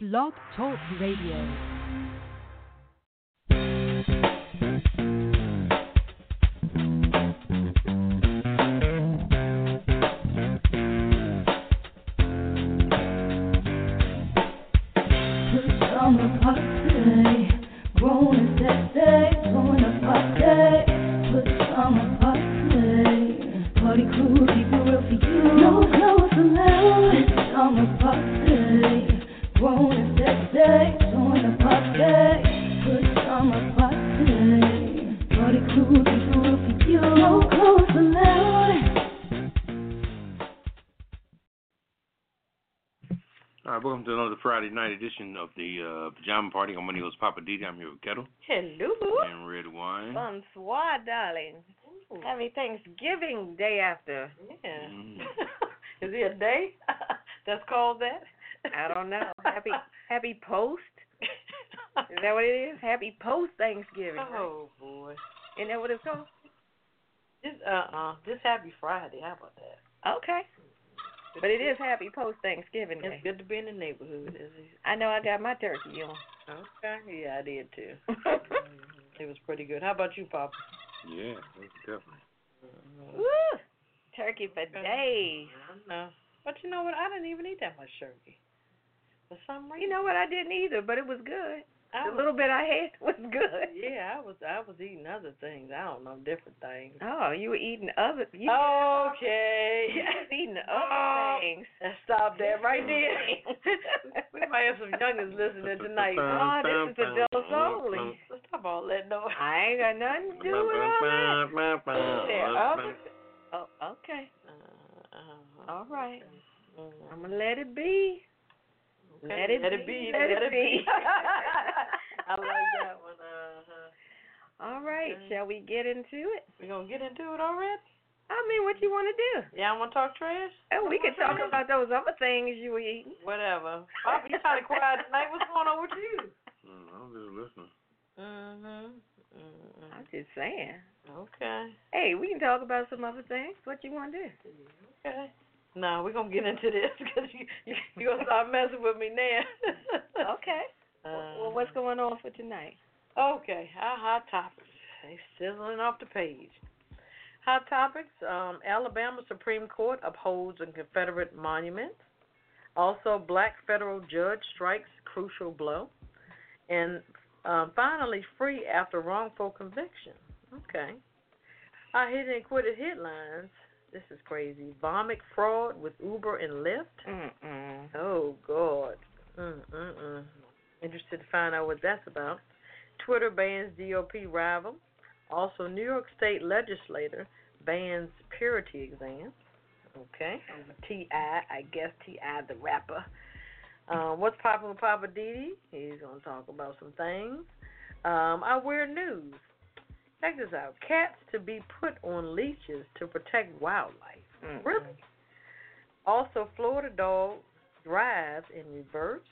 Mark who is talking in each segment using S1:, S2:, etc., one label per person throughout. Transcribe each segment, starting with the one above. S1: Blog Talk Radio.
S2: All right, welcome to another Friday night edition of the uh, Pajama Party. I'm one of your hosts, Papa Didi. I'm here with Kettle
S3: Hello.
S2: and Red
S4: Mm-hmm.
S2: Wine.
S3: Bonsoir, darling. Happy Thanksgiving day after. Yeah.
S4: Mm-hmm.
S2: Mm.
S3: Is it a day that's called that? I don't know. Happy happy post. Is that what it is? Happy post Thanksgiving.
S4: Oh boy.
S3: Isn't that what it's called?
S4: This uh uh this happy Friday, how about that?
S3: Okay. But it is happy post Thanksgiving
S4: It's
S3: day.
S4: good to be in the neighborhood, is it?
S3: I know I got my turkey on.
S4: Okay. Yeah, I did too. it was pretty good. How about you, Papa?
S2: Yeah, that's definitely.
S3: Woo! Turkey for days.
S4: No. But you know what? I didn't even eat that much turkey. For some reason.
S3: You know what? I didn't either, but it was good.
S4: I
S3: The
S4: was,
S3: little bit I had was good.
S4: Oh. Yeah, I was I was eating other things. I don't know, different things.
S3: Oh, you were eating other. You
S4: Okay.
S3: you was eating other
S4: Oh.
S3: things.
S4: Stop that right there. we might have some youngins listening tonight.
S2: Uh-huh.
S3: Oh, this is adults only.
S4: Stop all that noise.
S3: I ain't got nothing to do with all that.
S2: Uh-huh.
S3: There
S4: uh-huh.
S3: are other- Oh, okay.
S4: Uh,
S3: All right.
S4: Mm.
S3: I'm gonna let it be. Let it
S4: let it
S3: be,
S4: be.
S3: let it be.
S4: I like that one. Uh-huh.
S3: All right.
S4: Okay.
S3: Shall we get into it?
S4: We gonna get into it already?
S3: I mean, what
S4: Mm-hmm.
S3: you want to do?
S4: Yeah, I wanna talk trash.
S3: Oh, we could talk about those other things you were eating.
S4: Whatever. Bobby, you kind of quiet tonight. What's going on with you?
S2: Mm, I'm just listening.
S4: Mhm.
S3: I'm
S4: Mhm.
S3: just saying.
S4: Okay.
S3: Hey, we can talk about some other things. What you want to do?
S4: Okay. No, we're gonna get into this because you you you gonna start messing with me now.
S3: Okay. Oh,
S4: um,
S3: well, what's going on for tonight?
S4: Okay, our hot topics. They sizzling off the page. Hot topics. Um, Alabama Supreme Court upholds a Confederate monument. Also, black federal judge strikes crucial blow. And um, finally, free after wrongful conviction. Okay. Our hidden and quitted headlines. This is crazy. Vomit fraud with Uber and Lyft.
S3: Mm-mm.
S4: Oh God. Mm mm mm. Interested to find out what that's about. Twitter bans GOP rival. Also, New York State legislator bans purity exams. Okay. Ti, I guess Ti the rapper. Uh, what's popping with Papa Didi? He's gonna talk about some things. Um, I wear news. Check this out. Cats to be put on leashes to protect wildlife.
S3: Mm-mm.
S4: Really? Also, Florida dog drives in reverse.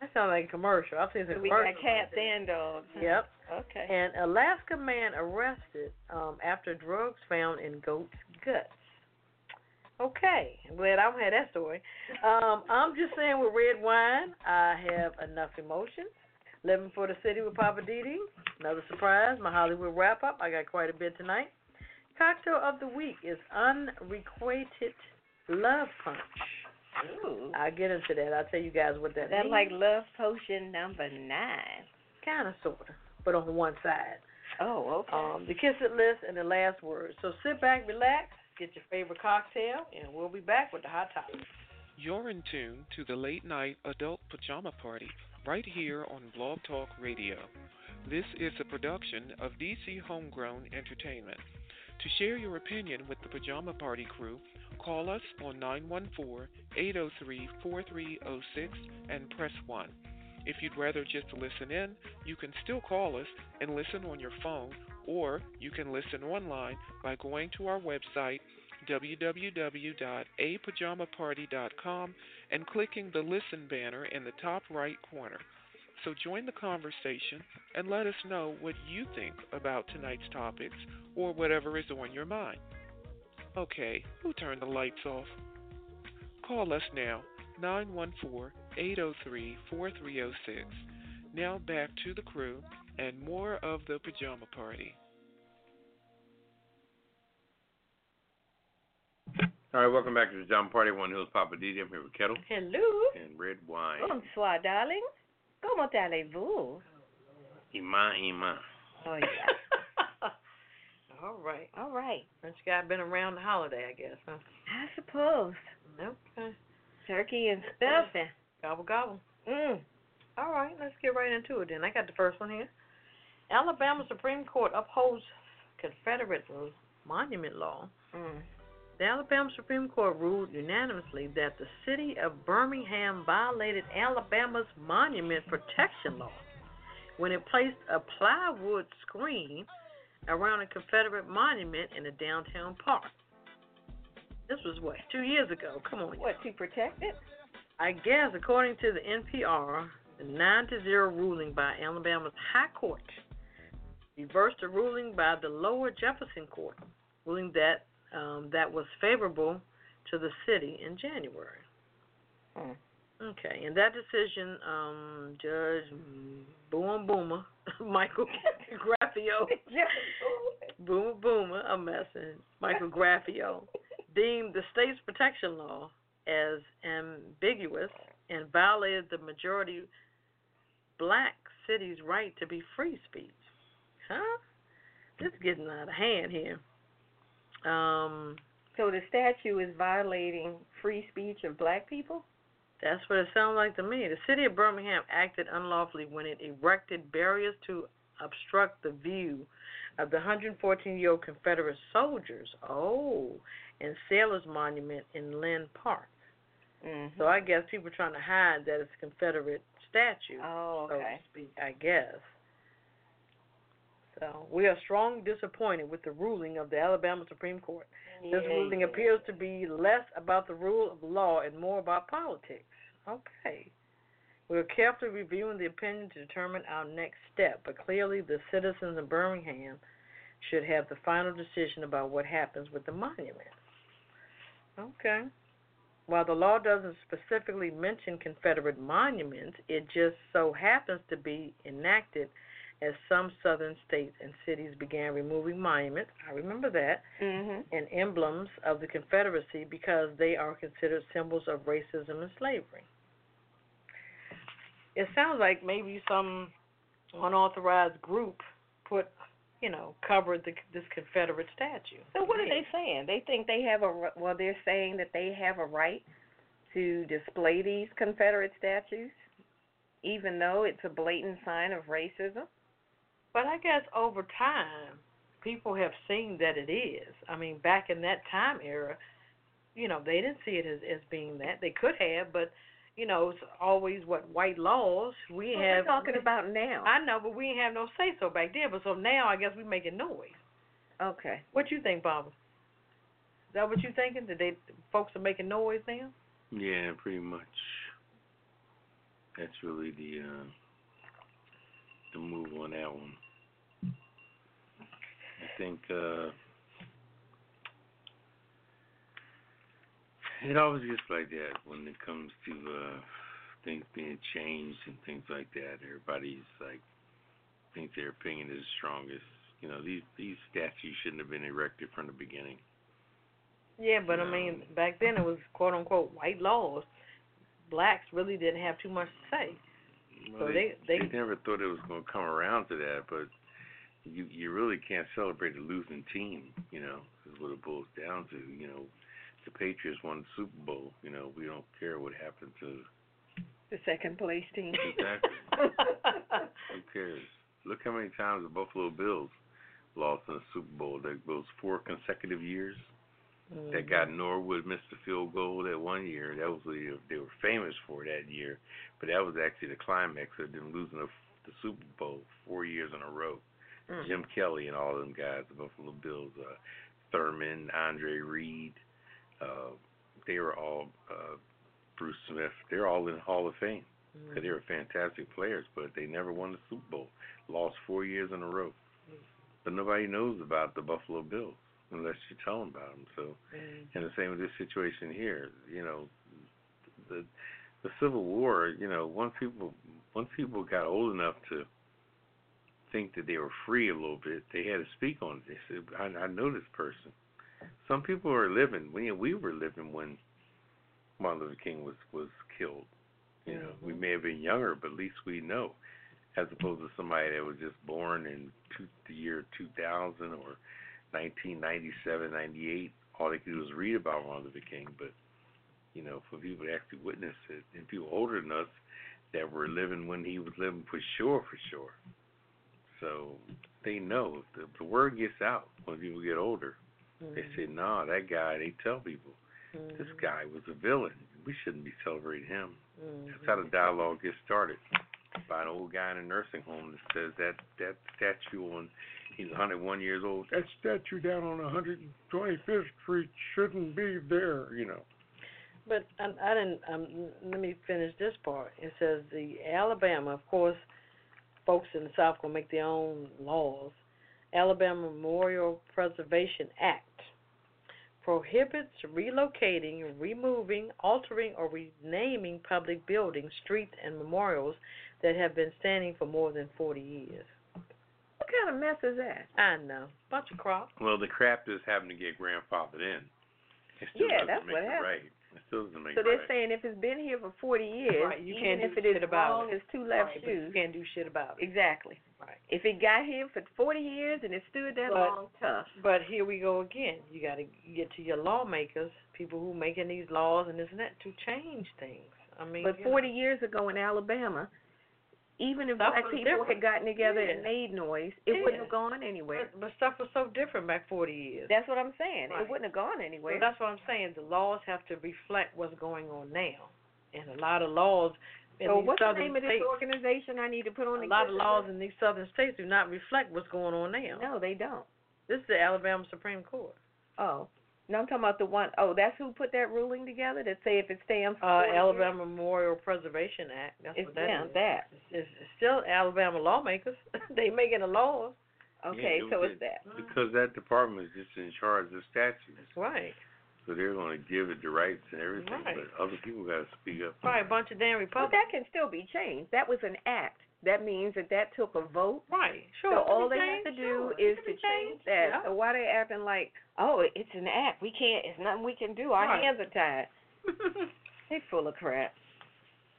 S4: That sounds like a commercial. I've seen some
S3: We got
S4: commercials.
S3: cats and dogs.
S4: Yep.
S3: Okay.
S4: And Alaska man arrested um, after drugs found in goat's guts. Okay, I'm glad I don't have that story. Um, I'm just saying with red wine, I have enough emotions. Living for the city with Papa Didi, another surprise. My Hollywood wrap up, I got quite a bit tonight. Cocktail of the week is unrequited love punch.
S3: Ooh.
S4: I'll get into that. I'll tell you guys what that
S3: That
S4: means.
S3: like love potion number nine.
S4: kind of sorta, but on one side.
S3: Oh, okay.
S4: um, the kiss it list, and the last word. So sit back, relax, get your favorite cocktail, and we'll be back with the hot topic.
S5: You're in tune to the late night adult pajama party right here on Blog Talk Radio. This is a production of DC Homegrown Entertainment. To share your opinion with the pajama party crew, call us on 914-803-4306 and press 1. If you'd rather just listen in, you can still call us and listen on your phone or you can listen online by going to our website www.apajamaparty.com and clicking the listen banner in the top right corner. So join the conversation and let us know what you think about tonight's topics or whatever is on your mind. Okay, who turned the lights off? Call us now, 914 803 4306. Now back to the crew and more of the pajama party.
S2: All right, welcome back to the John Party One Hills Papa DJ. I'm here with Kettle
S3: Hello.
S2: and Red Wine.
S3: Bonsoir, darling. Comment allez-vous?
S2: Ima, Ima.
S3: Oh, yeah.
S4: All right.
S3: All right.
S4: French guy been around the holiday, I guess, huh?
S3: I suppose.
S4: Okay.
S3: Turkey and stuffing.
S4: Gobble gobble.
S3: Mm.
S4: All right, let's get right into it then. I got the first one here. Alabama Supreme Court upholds Confederate monument law.
S3: Mm.
S4: The Alabama Supreme Court ruled unanimously that the city of Birmingham violated Alabama's monument protection law when it placed a plywood screen around a Confederate monument in a downtown park. This was what, two years ago? Come on.
S3: What, to protect it?
S4: I guess, according to the NPR, the 9 to 0 ruling by Alabama's High Court reversed a ruling by the lower Jefferson Court, ruling that um, that was favorable to the city in January.
S3: Hmm.
S4: Okay, in that decision, um, Judge Boom Boomer, Michael Graffio, Boomer Boomer, a mess, and Michael Graffio deemed the state's protection law as ambiguous and violated the majority black city's right to be free speech. Huh? This is getting out of hand here. Um,
S3: so the statue is violating free speech of black people?
S4: that's what it sounds like to me. The city of Birmingham acted unlawfully when it erected barriers to obstruct the view of the 114 year old Confederate soldiers. Oh, and Sailors Monument in Lynn Park.
S3: Mm.
S4: So I guess people trying to hide that it's a Confederate statue,
S3: Oh,
S4: so to
S3: okay.
S4: speak, I guess. So we are strongly disappointed with the ruling of the Alabama Supreme Court. This ruling appears to be less about the rule of law and more about politics. Okay. We are carefully reviewing the opinion to determine our next step, but clearly the citizens of Birmingham should have the final decision about what happens with the monument. Okay. While the law doesn't specifically mention Confederate monuments, it just so happens to be enacted as some southern states and cities began removing monuments. I remember that
S3: Mm-hmm.
S4: and emblems of the Confederacy because they are considered symbols of racism and slavery. It sounds like maybe some unauthorized group put, you know, covered the, this Confederate statue.
S3: So what are they saying? They think they have a r- well. They're saying that they have a right to display these Confederate statues, even though it's a blatant sign of racism.
S4: But I guess over time, people have seen that it is. I mean, back in that time era, you know, they didn't see it as, as being that. They could have, but, you know, it's always what white laws we
S3: What we're
S4: have.
S3: talking about now.
S4: I know, but we didn't have no say so back then. But so now, I guess we making noise.
S3: okay.
S4: What you think, Barbara? Is that what you thinking? That they folks are making noise now?
S2: Yeah, pretty much. That's really the uh, the move on that one. I think uh, it always gets like that when it comes to uh, things being changed and things like that. Everybody's like thinks their opinion is the strongest. You know, these these statues shouldn't have been erected from the beginning.
S4: Yeah, but I mean, back then it was quote unquote white laws. Blacks really didn't have too much to say.
S2: Well,
S4: So
S2: they,
S4: they-
S2: they,
S4: they-
S2: never thought it was going to come around to that, but you you really can't celebrate a losing team. You know, is what it boils down to. You know, the Patriots won the Super Bowl. You know, we don't care what happened to.
S3: The second place team.
S2: Exactly. Who cares? Look how many times the Buffalo Bills lost in the Super Bowl. That those four consecutive years.
S4: Mm-hmm,
S2: That guy Norwood missed the field goal that one year. That was what they- they were famous for that year, but that was actually the climax of them losing the, the Super Bowl four years in a row.
S4: Mm.
S2: Jim Kelly and all them guys, the Buffalo Bills, uh, Thurman, Andre Reed, uh, they were all uh, Bruce Smith. They're all in the Hall of Fame
S4: Mm.
S2: because they were fantastic players, but they never won the Super Bowl. Lost four years in a row,
S4: Mm.
S2: but nobody knows about the Buffalo Bills unless you tell them about them. So.
S4: Mm.
S2: And the same with this situation here. You know, the the Civil War, you know, once people once people got old enough to think that they were free a little bit, they had to speak on this. I, I know this person. Some people are living. We we were living when Martin Luther King was was killed. You know, we may have been younger, but at least we know, as opposed to somebody that was just born in two, the year 2000 or 1997, 98. All they could do was read about Martin Luther King, but you know, for people to actually witness it, and people older than us that were living when he was living, for sure, for sure. So they know if the, the word gets out when people get older. They
S3: Mm-hmm.
S2: say, "No, nah, that guy." They tell people, "This guy was a villain. We shouldn't be celebrating him."
S4: mm-hmm.
S2: That's how the
S3: Mm-hmm.
S2: dialogue gets started by an old guy in a nursing home that says that that statue on he's 101 years old. That statue down on 125th Street shouldn't be there, you know.
S4: But I, I didn't. Um, let me finish this part. It says the Alabama, of course, folks in the South gonna make their own laws. Alabama Memorial Preservation Act prohibits relocating, removing, altering, or renaming public buildings, streets, and memorials that have been standing for more than 40 years.
S3: What kind of mess is that?
S4: I know, bunch of crap.
S2: Well, the crap just happened to get grandfathered in. It still
S3: Yeah,
S2: doesn't
S3: that's
S2: make
S3: what
S2: it
S3: happened.
S2: right. It still doesn't make
S3: So
S2: it
S3: they're
S2: right.
S3: saying if it's been here for 40 years,
S4: Right, you
S3: even
S4: can't
S3: if
S4: do
S3: it is
S4: shit about
S3: wrong,
S4: it.
S3: it's two left
S4: Right, but You
S3: shoes.
S4: can't do shit about it.
S3: Exactly.
S4: Right.
S3: If it got here for 40 years and it stood that
S4: But-
S3: long, tough.
S4: But here we go again. You got to get to your lawmakers, people who making these laws and this and that, to change things. I mean,
S3: But
S4: you
S3: 40 years ago in Alabama, even if
S4: Stuff
S3: black
S4: was
S3: people
S4: different.
S3: had gotten together
S4: Yeah.
S3: and made noise, it wouldn't
S4: Yeah.
S3: have gone
S4: know,
S3: anywhere.
S4: but, but stuff was so different back 40 years.
S3: That's what I'm saying.
S4: Right.
S3: It wouldn't have gone
S4: So
S3: anywhere.
S4: that's what I'm saying. The laws have to reflect what's going on now, and a lot of laws in
S3: so
S4: these
S3: what's the
S4: southern
S3: name of this
S4: states,
S3: organization I need to put on
S4: a
S3: the
S4: lot of
S3: executive
S4: laws in these southern states do not reflect what's going on now.
S3: list? No, they don't.
S4: This is the Alabama Supreme Court.
S3: Oh. No, I'm talking about the one oh, that's who put that ruling together that say if it stands for
S4: Uh,
S3: 40 years,
S4: Alabama Memorial Preservation Act. That's
S3: it's
S4: what that
S3: them,
S4: is.
S3: that.
S4: It's it's still Alabama lawmakers. they making the laws.
S3: Okay,
S2: it
S3: so
S2: was
S3: it's
S2: the-
S3: that.
S2: Because that department is just in charge of statutes.
S4: Right.
S2: So they're going to give it the rights and everything,
S4: Right.
S2: but other people got to speak up.
S4: Probably a bunch of damn
S3: But
S4: Republicans.
S3: that can still be changed. That was an act. That means that that took a vote
S4: right. Sure.
S3: So
S4: it can
S3: all
S4: be
S3: they have to
S4: changed,
S3: do
S4: sure, it
S3: is
S4: can
S3: to
S4: be
S3: change
S4: changed,
S3: that.
S4: yeah.
S3: So why they acting like, oh, it's an act. We can't. It's nothing we can do. Our
S4: Right.
S3: hands are tied. They full of crap.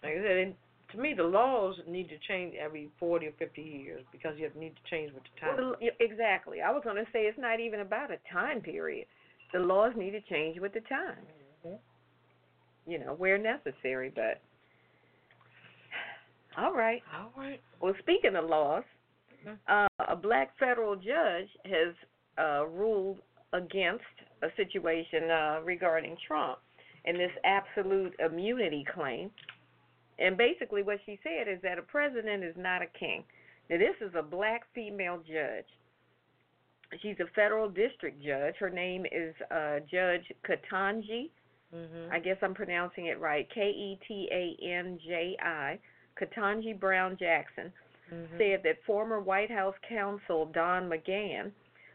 S4: Like I said, and to me, the laws need to change every 40 or 50 years because you need to change with the
S3: Well,
S4: time.
S3: the, yeah, exactly. I was gonna say it's not even about a time period. The laws need to change with the time. You know, where necessary. But all right.
S4: all right.
S3: Well, speaking of laws,
S4: Mhm.
S3: uh, a black federal judge has uh, ruled against a situation uh, regarding Trump and this absolute immunity claim. And basically, what she said is that a president is not a king. Now, this is a black female judge. She's a federal district judge. Her name is uh, Judge Katanji
S4: Mm-hmm.
S3: I guess I'm pronouncing it right, K E T A N J I, Katanji Brown Jackson, said that former White House counsel Don McGahn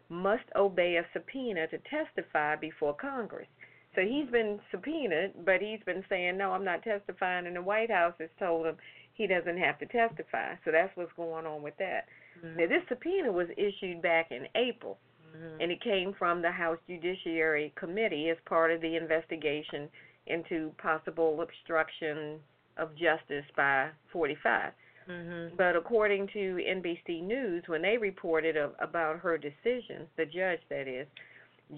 S3: must obey a subpoena to testify before Congress. So he's been subpoenaed, but he's been saying, no, I'm not testifying, and the White House has told him he doesn't have to testify. So that's what's going on with that. Now, this subpoena was issued back in April
S4: Mm-hmm.
S3: and it came from the House Judiciary Committee as part of the investigation into possible obstruction of justice by 45.
S4: Mm-hmm.
S3: But according to NBC News, when they reported of, about her decision, the judge that is,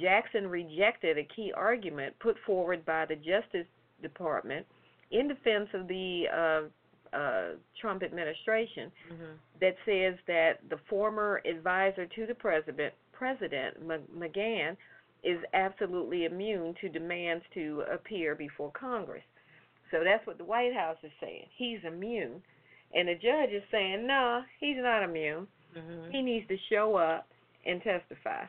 S3: Jackson rejected a key argument put forward by the Justice Department in defense of the uh, uh, Trump administration
S4: Mm-hmm.
S3: that says that the former advisor to the president, President M- McGahn, is absolutely immune to demands to appear before Congress. So that's what the White House is saying. He's immune. And the judge is saying, no, he's not immune.
S4: Mm-hmm.
S3: He needs to show up and testify.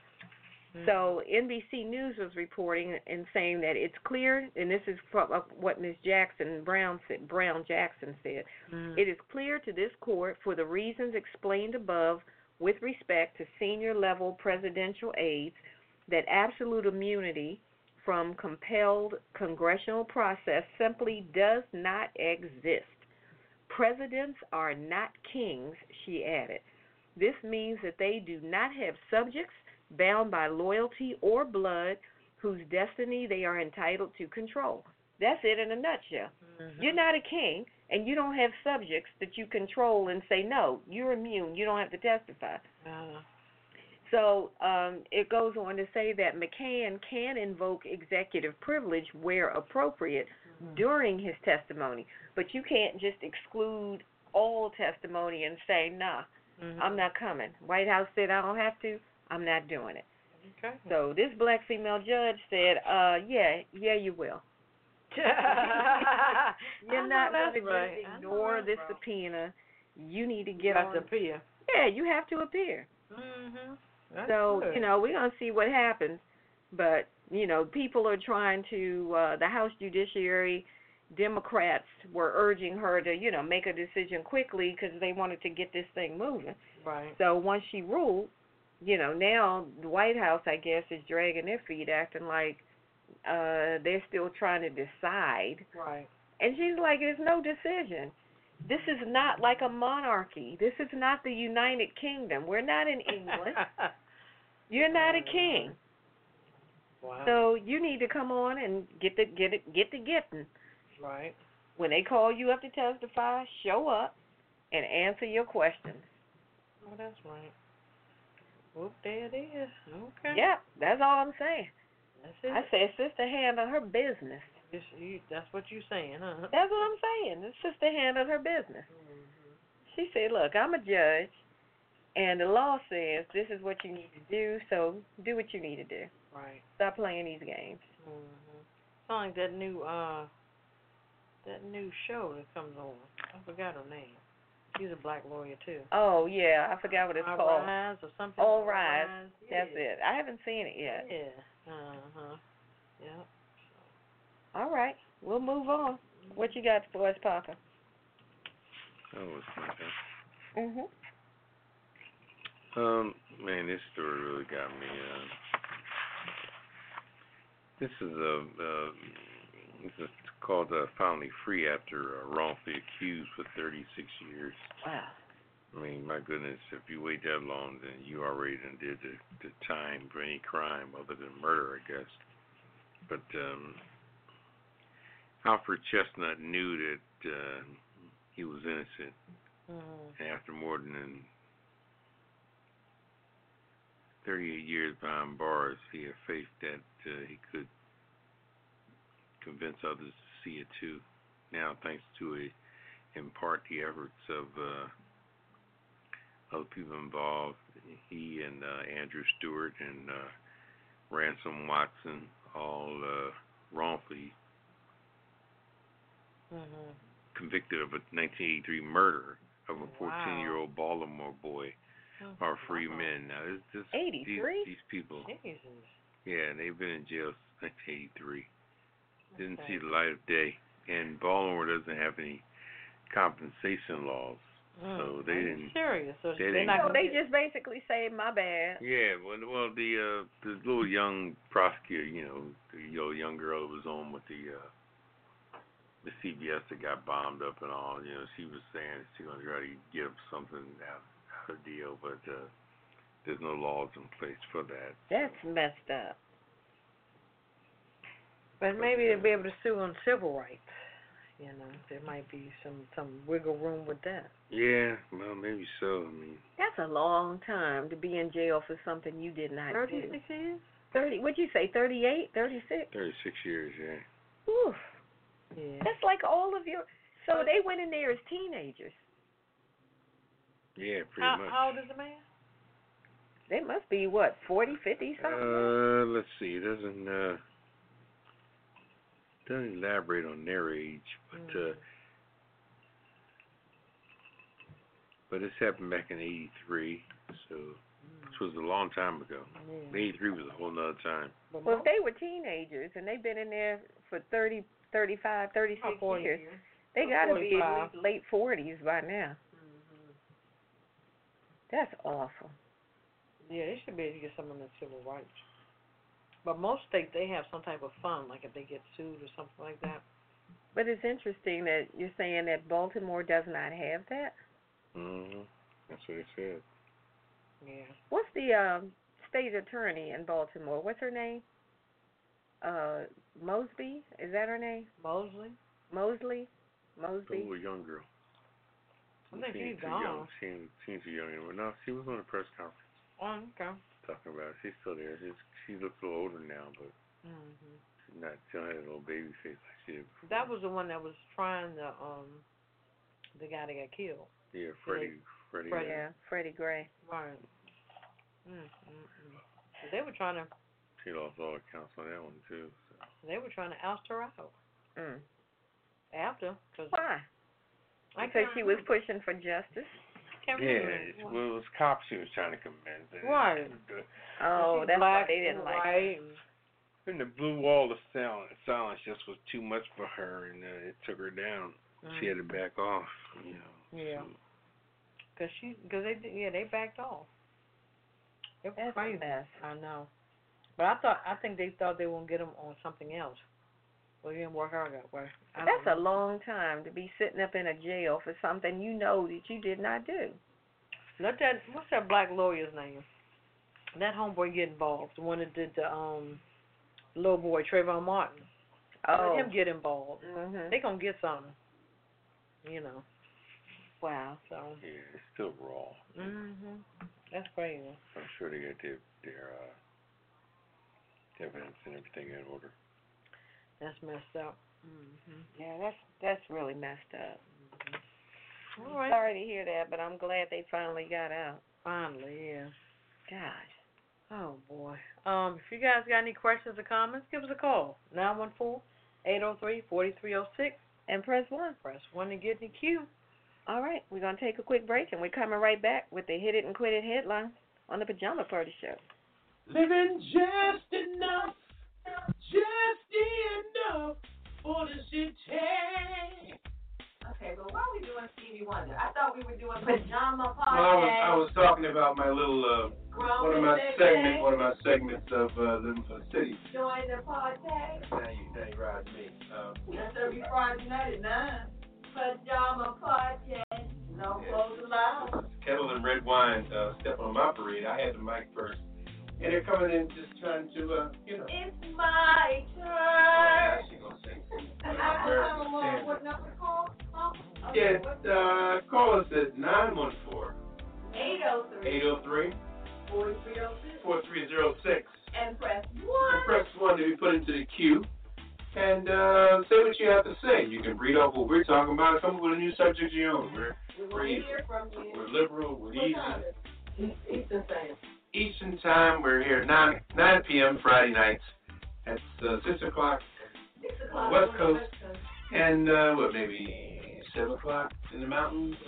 S3: So NBC News was reporting and saying that it's clear, and this is from uh, what Ms. Jackson Brown said, Brown Jackson said,
S4: Mm-hmm.
S3: it is clear to this court, for the reasons explained above with respect to senior level presidential aides, that absolute immunity from compelled congressional process simply does not exist. Presidents are not kings, she added. This means that they do not have subjects bound by loyalty or blood whose destiny they are entitled to control. That's it in a nutshell.
S4: Mhm.
S3: You're not a king, and you don't have subjects that you control and say, no, you're immune, you don't have to testify.
S4: Uh,
S3: So um, it goes on to say that McCann can invoke executive privilege where appropriate during his testimony, but you can't just exclude all testimony and say, nah,
S4: mhm.
S3: I'm not coming. White House said I don't have to, I'm not doing it.
S4: Okay.
S3: So this black female judge said, uh, yeah, yeah, you will. You're
S4: I know
S3: not
S4: that's
S3: going
S4: right.
S3: to just
S4: I know
S3: ignore
S4: that's
S3: this
S4: right.
S3: subpoena. You need to
S4: You
S3: get
S4: got
S3: on.
S4: to appear.
S3: yeah, you have to appear.
S4: Mhm. That's
S3: So,
S4: good.
S3: you know, we're going to see what happens. But, you know, people are trying to, uh, the House Judiciary Democrats were urging her to, you know, make a decision quickly because they wanted to get this thing moving.
S4: right.
S3: So once she ruled, you know, now the White House, I guess, is dragging their feet, acting like uh, they're still trying to decide
S4: Right.
S3: and she's like, there's no decision. This is not like a monarchy. This is not the United Kingdom. We're not in England. You're not a king.
S4: wow.
S3: So you need to come on and get the get it get the getting.
S4: right.
S3: When they call you up to testify, show up and answer your questions.
S4: Well, Oh, that's right. Whoop, there it is. Okay.
S3: Yep, that's all I'm saying.
S4: That's it.
S3: I said, sister, handle her business.
S4: It's, you, that's what you're saying, huh?
S3: That's what I'm saying. The sister handled her business. She said, Look, I'm a judge, and the law says this is what you need to do, so do what you need to do.
S4: Right.
S3: Stop playing these games.
S4: Mm-hmm. Sound like that new uh that new show that comes on. I forgot her name. She's a black lawyer too.
S3: Oh, yeah, I forgot what it's
S4: All
S3: called.
S4: Rise or something.
S3: All Rise.
S4: Yeah.
S3: That's it. I haven't seen it yet.
S4: Yeah. Uh huh. Yep.
S3: All right, we'll move on. What you got for us, Papa?
S2: Oh, it's my God.
S3: Mm-hmm.
S2: Um, man, this story really got me. Uh, this is a uh, this is called uh, "Finally Free" after uh, wrongfully accused for 36 years.
S3: Wow.
S2: I mean, my goodness, if you wait that long, then you already done did the, the time for any crime other than murder, I guess. But um, Alfred Chestnut knew that uh, he was innocent
S4: Mm.
S2: after more than 38 years behind bars, he had faith that uh, he could convince others to see it too. Now, thanks to a, in part the efforts of uh, other people involved, he and uh, Andrew Stewart and uh, Ransom Watson all uh, wrongfully
S4: Mhm.
S2: convicted of a 1983 murder of a 14 year old Baltimore boy are free
S4: Oh, Wow.
S2: men. Now, this, this, these,
S3: 83?
S2: these people,
S4: Jesus.
S2: yeah, they've been in jail since 1983. Didn't see
S4: Okay.
S2: the light of day. And Baltimore doesn't have any compensation laws. so
S4: Mm.
S2: they
S4: Are you
S2: didn't-
S4: Serious. So
S2: they
S4: they're
S2: didn't-
S4: not
S3: So
S4: gonna
S3: they
S4: get-
S3: just basically say, my bad.
S2: Yeah, well, well, the uh, the little young prosecutor, you know, the you know, young girl who was on with the uh, the CBS that got bombed up and all, you know, she was saying she's gonna try to give something out, out of the deal, but uh, there's no laws in place for that.
S3: That's messed up.
S4: But maybe they'll be able to sue on civil rights. You know, there might be some some wiggle room with that.
S2: Yeah, well, maybe so. I mean,
S3: That's a long time to be in jail for something you did not
S4: Thirty
S3: do.
S4: six years.
S3: 30, what'd you say, 38, 36?
S2: 36 years, yeah.
S3: Oof.
S4: Yeah.
S3: That's like all of your. So they went in there as teenagers.
S2: Yeah, pretty
S4: How,
S2: much.
S4: how old is the man?
S3: They must be what forty, fifty something.
S2: Uh, let's see. It doesn't uh doesn't elaborate on their age, but
S4: Mm.
S2: uh, but this happened back in '83, so
S4: Mm.
S2: which was a long time ago.
S4: Yeah.
S2: '83 was a whole nother time.
S4: But
S3: well,
S4: most-
S3: if they were teenagers and they've been in there for thirty, thirty-five, thirty-six
S4: about 40
S3: years, they got to be at
S4: 45.
S3: least late 40s by now. That's awful.
S4: Yeah, they should be able to get someone in civil rights. But most states they have some type of fund, like if they get sued or something like that.
S3: But it's interesting that you're saying that Baltimore does not have that.
S2: Mm-hmm. That's what it said.
S4: Yeah.
S3: What's the um, state attorney in Baltimore? What's her name? Uh, Mosby? Is that her name?
S4: Mosley.
S3: Mosley? Mosby?
S2: Oh, a young girl.
S4: I think
S2: she
S4: he's
S2: ain't too young.
S4: gone.
S2: She ain't, she ain't too young anymore. No, she was on a press conference
S4: Oh, okay.
S2: talking about it. She's still there. She's, she looks a little older now, but
S4: hmm
S2: she's not. She don't have a little baby face like she did before.
S4: That was the one that was trying the um, the guy that got killed.
S2: yeah, Freddie. Freddie.
S4: Freddie.
S2: uh,
S3: Yeah, Freddie Gray.
S4: Right. Mm, mm, mm. So They were trying to
S2: She lost all accounts on that one too. So.
S4: they were trying to oust her out
S3: Mm.
S4: after because
S3: Why?
S4: I
S3: Because
S4: can't
S3: she was
S4: remember.
S3: pushing for justice.
S4: can't remember.
S2: Yeah, it's, well, it was cops she was trying to convince. and-
S4: Right.
S2: the-
S3: Oh,
S4: She's
S3: that's why
S4: black
S3: they
S4: and
S3: didn't like. her.
S4: white and-
S2: And the blue wall of silence, silence just was too much for her, and uh, it took her down.
S4: mm.
S2: She had to back off. You know.
S4: Yeah.
S2: So,
S4: Cause she, cause they, did- yeah, they backed off. It was
S3: That's
S4: crazy.
S3: a mess.
S4: I know, but I thought, I think they thought they won't get him on something else. Well, it didn't work out that way. I don't
S3: That's a
S4: know.
S3: long time to be sitting up in a jail for something you know that you did not do.
S4: Let that, what's that black lawyer's name? That homeboy get involved. The one that did the um, little boy Trayvon Martin.
S3: Oh.
S4: Let him get involved.
S3: hmm
S4: They gonna get something. You know.
S3: Wow.
S4: So.
S2: yeah, it's still raw.
S4: Mhm. That's crazy.
S2: I'm sure they got their their uh, evidence and everything in order.
S4: That's messed up. Mhm.
S3: Yeah, that's that's really messed up.
S4: All
S3: I'm
S4: right.
S3: Sorry to hear that, but I'm glad they finally got out.
S4: Finally, yeah.
S3: Gosh.
S4: Oh boy. Um, if you guys got any questions or comments, give us a call. 914-803-4306.
S3: And press one.
S4: Press one to get in the queue.
S3: All right, we're gonna take a quick break, and we're coming right back with the hit it and quit it headline on the Pajama Party Show.
S6: Living just enough, just enough for the shit
S7: Okay, but why are we doing Stevie Wonder? I thought we were doing pajama
S6: Well,
S7: party.
S6: I was I was talking about my little uh,
S7: Grown
S6: one of my
S7: and
S6: segments, one of my segments of uh, living for the city.
S7: Join the party.
S6: Now you now you ride me. Um,
S7: That's every Friday night at nine. Pajama party. No clothes allowed.
S6: this is kettle and red wine. Uh, step on my parade. I had the mic first, and they're coming in just trying to uh, you know.
S7: It's my
S6: Now
S7: turn.
S6: she gonna sing.
S7: I
S6: American
S7: don't know
S6: standard.
S7: what number to call. Huh? Okay,
S6: Yeah,
S7: what's
S6: uh, call us at 914
S7: 803
S6: 803
S7: 4306
S6: 4306.
S7: and press
S6: Press
S7: 1.
S6: 1 to be put into the queue. And uh, say what you have to say. You can read off what we're talking about and come up with a new subject of your own. We're,
S7: We want to hear from you.
S6: we're liberal, we're
S7: What
S6: easy.
S7: time is it? Eastern Standard.
S6: Eastern Time, we're here at 9, 9 p.m. Friday nights. That's uh, 6 o'clock.
S7: Six o'clock.
S6: West Coast. And, uh, what, maybe 7 o'clock in the mountains?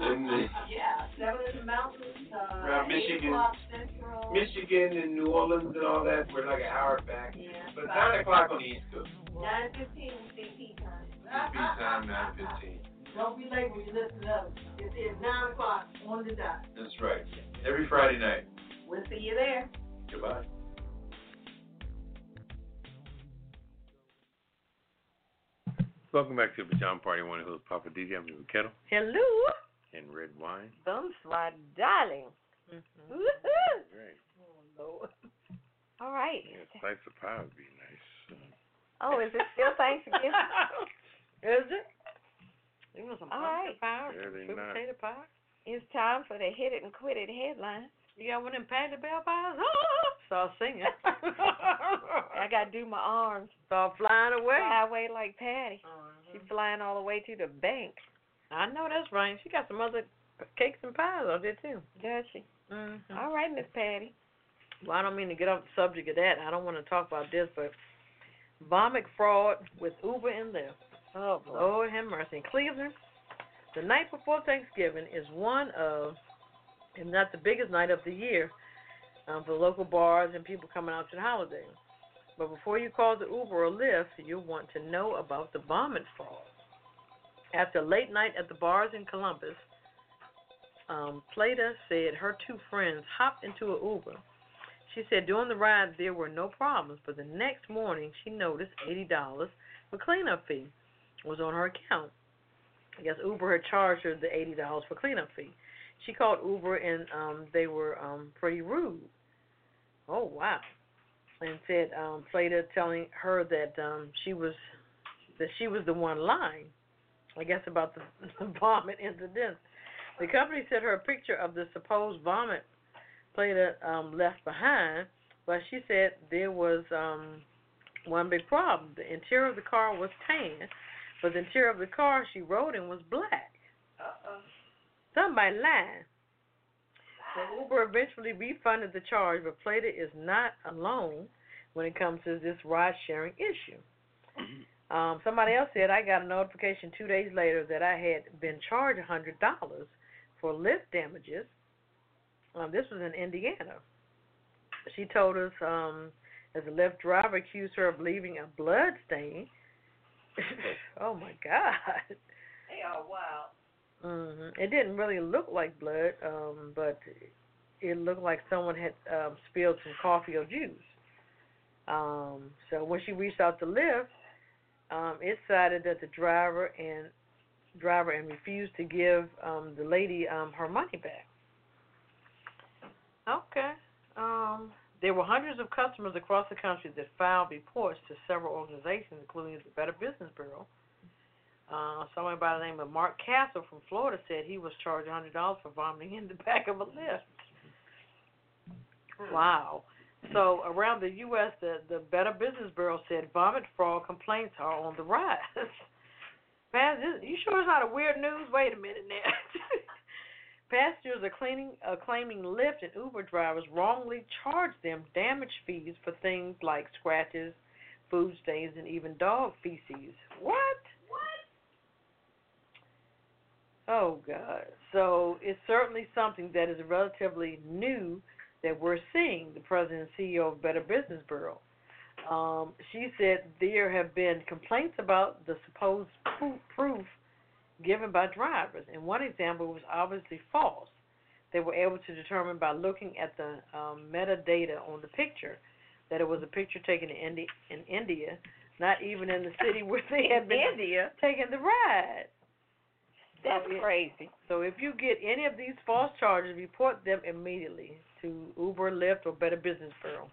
S6: Or in the,
S7: Yeah, seven in the mountains, uh,
S6: Around
S7: eight
S6: Michigan.
S7: o'clock central.
S6: Michigan and New Orleans and all that, we're like an hour back.
S7: Yeah.
S6: But 9 o'clock on the East Coast.
S7: Nine fifteen CP time.
S6: East Coast time, 9.15.
S7: Don't be late when you listen up. It's here nine o'clock on the dot.
S6: That's right. Every Friday night.
S7: We'll see you there.
S6: Goodbye.
S2: Welcome back to the Pajama Party. One of those Papa DJ. I'm with Kettle
S3: Hello,
S2: and Red Wine.
S3: bonsoir, darling.
S4: Mm-hmm. Oh,
S3: Woohoo!
S2: Right.
S3: All right.
S2: Yeah, slice of pie would be nice.
S3: Oh, is it still Thanksgiving?
S4: Is it? It was some
S3: All
S4: pumpkin
S3: right.
S4: pie,
S2: Yeah,
S4: some
S2: they
S4: sweet
S2: nice.
S4: potato pie.
S3: it's time for the hit it and quit it headline.
S4: You got one of them patty bell pies? Start singing.
S3: I gotta do my arms.
S4: Start flying away.
S3: Fly away like Patty.
S4: Mhm.
S3: She's flying all the way to the bank.
S4: I know that's right. She got some other cakes and pies out there too.
S3: Does she?
S4: Mm-hmm.
S3: All right, Miss Patty.
S4: Well, I don't mean to get off the subject of that. I don't want to talk about this, but vomit fraud with Uber and Lyft.
S3: Oh
S4: Lord have mercy. In Cleveland, the night before Thanksgiving is one of, if not the biggest night of the year, um, for local bars and people coming out to the holiday. But before you call the Uber or Lyft, you want to know about the vomit fraud. After late night at the bars in Columbus, um, Plata said her two friends hopped into an Uber. She said during the ride there were no problems, but the next morning she noticed eighty dollars for cleanup fee was on her account. I guess Uber had charged her the eighty dollars for cleanup fee. She called Uber and um they were um pretty rude. Oh wow. And said um Plata telling her that um she was that she was the one lying. I guess about the, the vomit incident. The company sent her a picture of the supposed vomit Plata um left behind, but she said there was um one big problem. The interior of the car was tan, but the interior of the car she rode in was black.
S7: Uh-oh.
S4: Somebody lied. The Uber eventually refunded the charge, but Plata is not alone when it comes to this ride sharing issue. Um, somebody else said I got a notification two days later that I had been charged a hundred dollars for lift damages. Um, this was in Indiana. She told us um, as the lift driver accused her of leaving a blood stain. oh my God.
S7: They are wild.
S4: hmm It didn't really look like blood, um, but it looked like someone had um, spilled some coffee or juice. Um, so when she reached out to Lyft, um, it cited that the driver and driver and refused to give um, the lady um, her money back. Okay. Um, there were hundreds of customers across the country that filed reports to several organizations, including the Better Business Bureau. Uh, someone by the name of Mark Castle from Florida said he was charged $100 for vomiting in the back of a lift. Wow. So around the U.S., the, the Better Business Bureau said vomit fraud complaints are on the rise. Man, this, you sure it's not a weird news? Wait a minute now. Passengers are cleaning, uh, claiming Lyft and Uber drivers wrongly charge them damage fees for things like scratches, food stains, and even dog feces. What? What? Oh God! So it's certainly something that is relatively new that we're seeing. The president and CEO of Better Business Bureau. Um, she said there have been complaints about the supposed proof, proof given by drivers. In one example, it was obviously false. They were able to determine by looking at the um, metadata on the picture that it was a picture taken in, Indi- in India, not even in the city where they had been
S3: India.
S4: taking the ride.
S3: That's
S4: Yeah.
S3: crazy.
S4: So if you get any of these false charges, report them immediately to Uber, Lyft, or Better Business Bureau.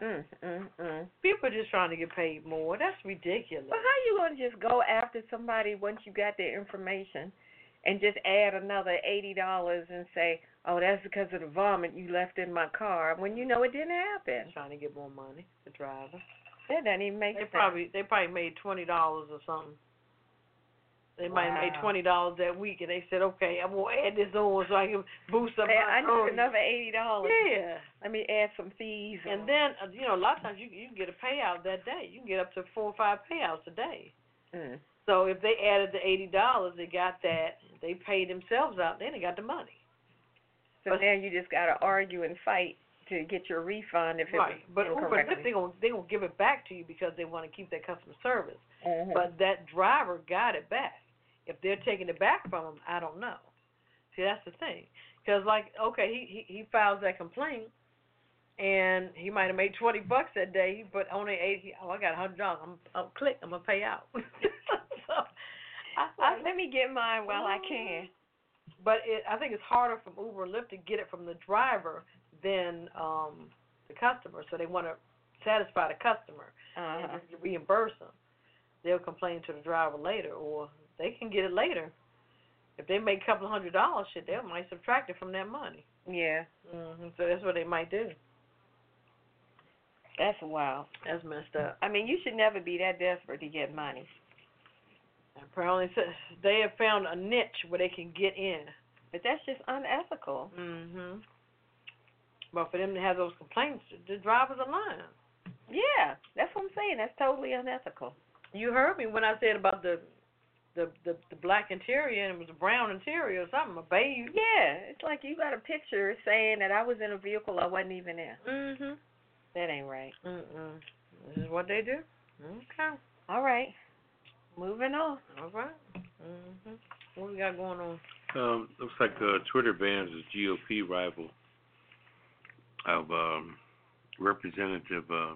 S3: Mm, mm, mm.
S4: People are just trying to get paid more. That's ridiculous.
S3: But how you gonna just go after somebody once you got their information, and just add another eighty dollars and say, "Oh, that's because of the vomit you left in my car," when you know it didn't happen?
S4: Trying to get more money, the driver.
S3: That doesn't even make
S4: They
S3: sense.
S4: probably they probably made twenty dollars or something. They might have made
S3: Wow.
S4: twenty dollars that week, and they said, "Okay, I'm gonna add this on so I can boost up
S3: Hey,
S4: my
S3: I need
S4: earnings."
S3: another eighty dollars.
S4: Yeah,
S3: Let me add some fees.
S4: and
S3: on.
S4: then uh, you know a lot of times you you can get a payout that day. You can get up to four or five payouts a day.
S3: Mm.
S4: So if they added the eighty dollars, they got that. They paid themselves out. Then they got the money.
S3: So
S4: But-
S3: now you just gotta argue and fight to get your refund if
S4: right.
S3: it was
S4: But Uber,
S3: incorrectly.
S4: they gonna they gonna give it back to you because they want to keep that customer service.
S3: Mhm.
S4: But that driver got it back. If they're taking it back from him, I don't know. See, that's the thing. Because, like, okay, he, he he files that complaint, and he might have made twenty bucks that day, but only eighty. Oh, I got a hundred dollars. I'm I'm click. I'm gonna pay out. so, I, I,
S3: Well, Uh, let me get mine while I can.
S4: but it, I think it's harder from Uber and Lyft to get it from the driver than um the customer. So they want to satisfy the customer and
S3: Uh-huh.
S4: just reimburse them. They'll complain to the driver later, or they can get it later. If they make a couple of hundred dollars, shit, they might subtract it from that money.
S3: Yeah,
S4: hmm So that's what they might do.
S3: that's wild.
S4: That's messed up.
S3: I mean, you should never be that desperate to get money.
S4: Apparently, so- they have found a niche where they can get in.
S3: But that's just unethical.
S4: hmm But for them to have those complaints, the drivers are lying.
S3: Yeah, that's what I'm saying. That's totally unethical.
S4: You heard me when I said about the the the, the black interior and it was a brown interior or something, a beige.
S3: Yeah, it's like you got a picture saying that I was in a vehicle I wasn't even in.
S4: Mm-hmm.
S3: That ain't right.
S4: Mm-mm. This is what they do. Okay.
S3: All right, moving on.
S4: All right. Mm-hmm. What we got going on?
S2: Um, looks like uh, Twitter bans the GOP rival of um, Representative uh,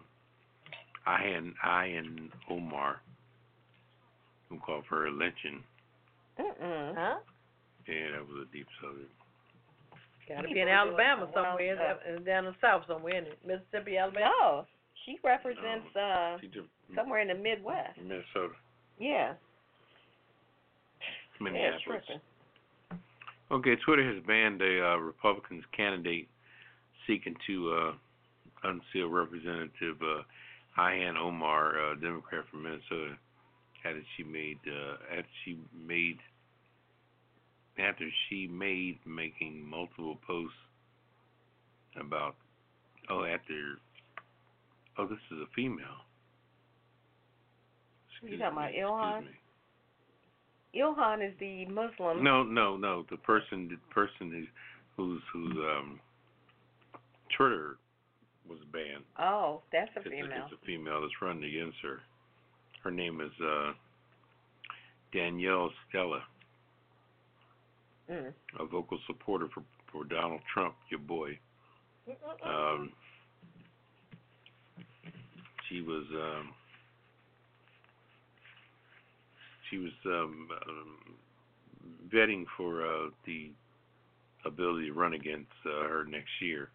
S2: I and I and Omar, who called for a lynching.
S4: Mm-mm. Huh?
S2: Yeah, that was a deep subject.
S4: Got to be in Alabama somewhere, is that- uh, down in the south somewhere, in Mississippi, Alabama.
S3: No, she represents uh
S2: She did
S3: somewhere in the Midwest.
S2: Minnesota,
S3: Yeah, yeah, it's
S2: Minneapolis.
S3: tripping.
S2: Okay, Twitter has banned a uh, Republican's candidate seeking to uh, unseal Representative uh, Ayan Omar, uh, Democrat from Minnesota, after she made uh, after she made after she made making multiple posts about oh after oh this is a female.
S3: You
S2: Excuse
S3: talking
S2: me,
S3: about Ilhan?
S2: excuse me.
S3: Ilhan is the Muslim.
S2: No, no, no. The person, the person who's who's who's um, Twitter was banned.
S3: Oh, that's a
S2: it's,
S3: female.
S2: A, it's a female that's running against her. Her name is uh, Danielle Stella,
S3: Mm.
S2: a vocal supporter for for Donald Trump, your boy. Um, she was um, she was um, um, vetting for uh, the ability to run against uh, her next year.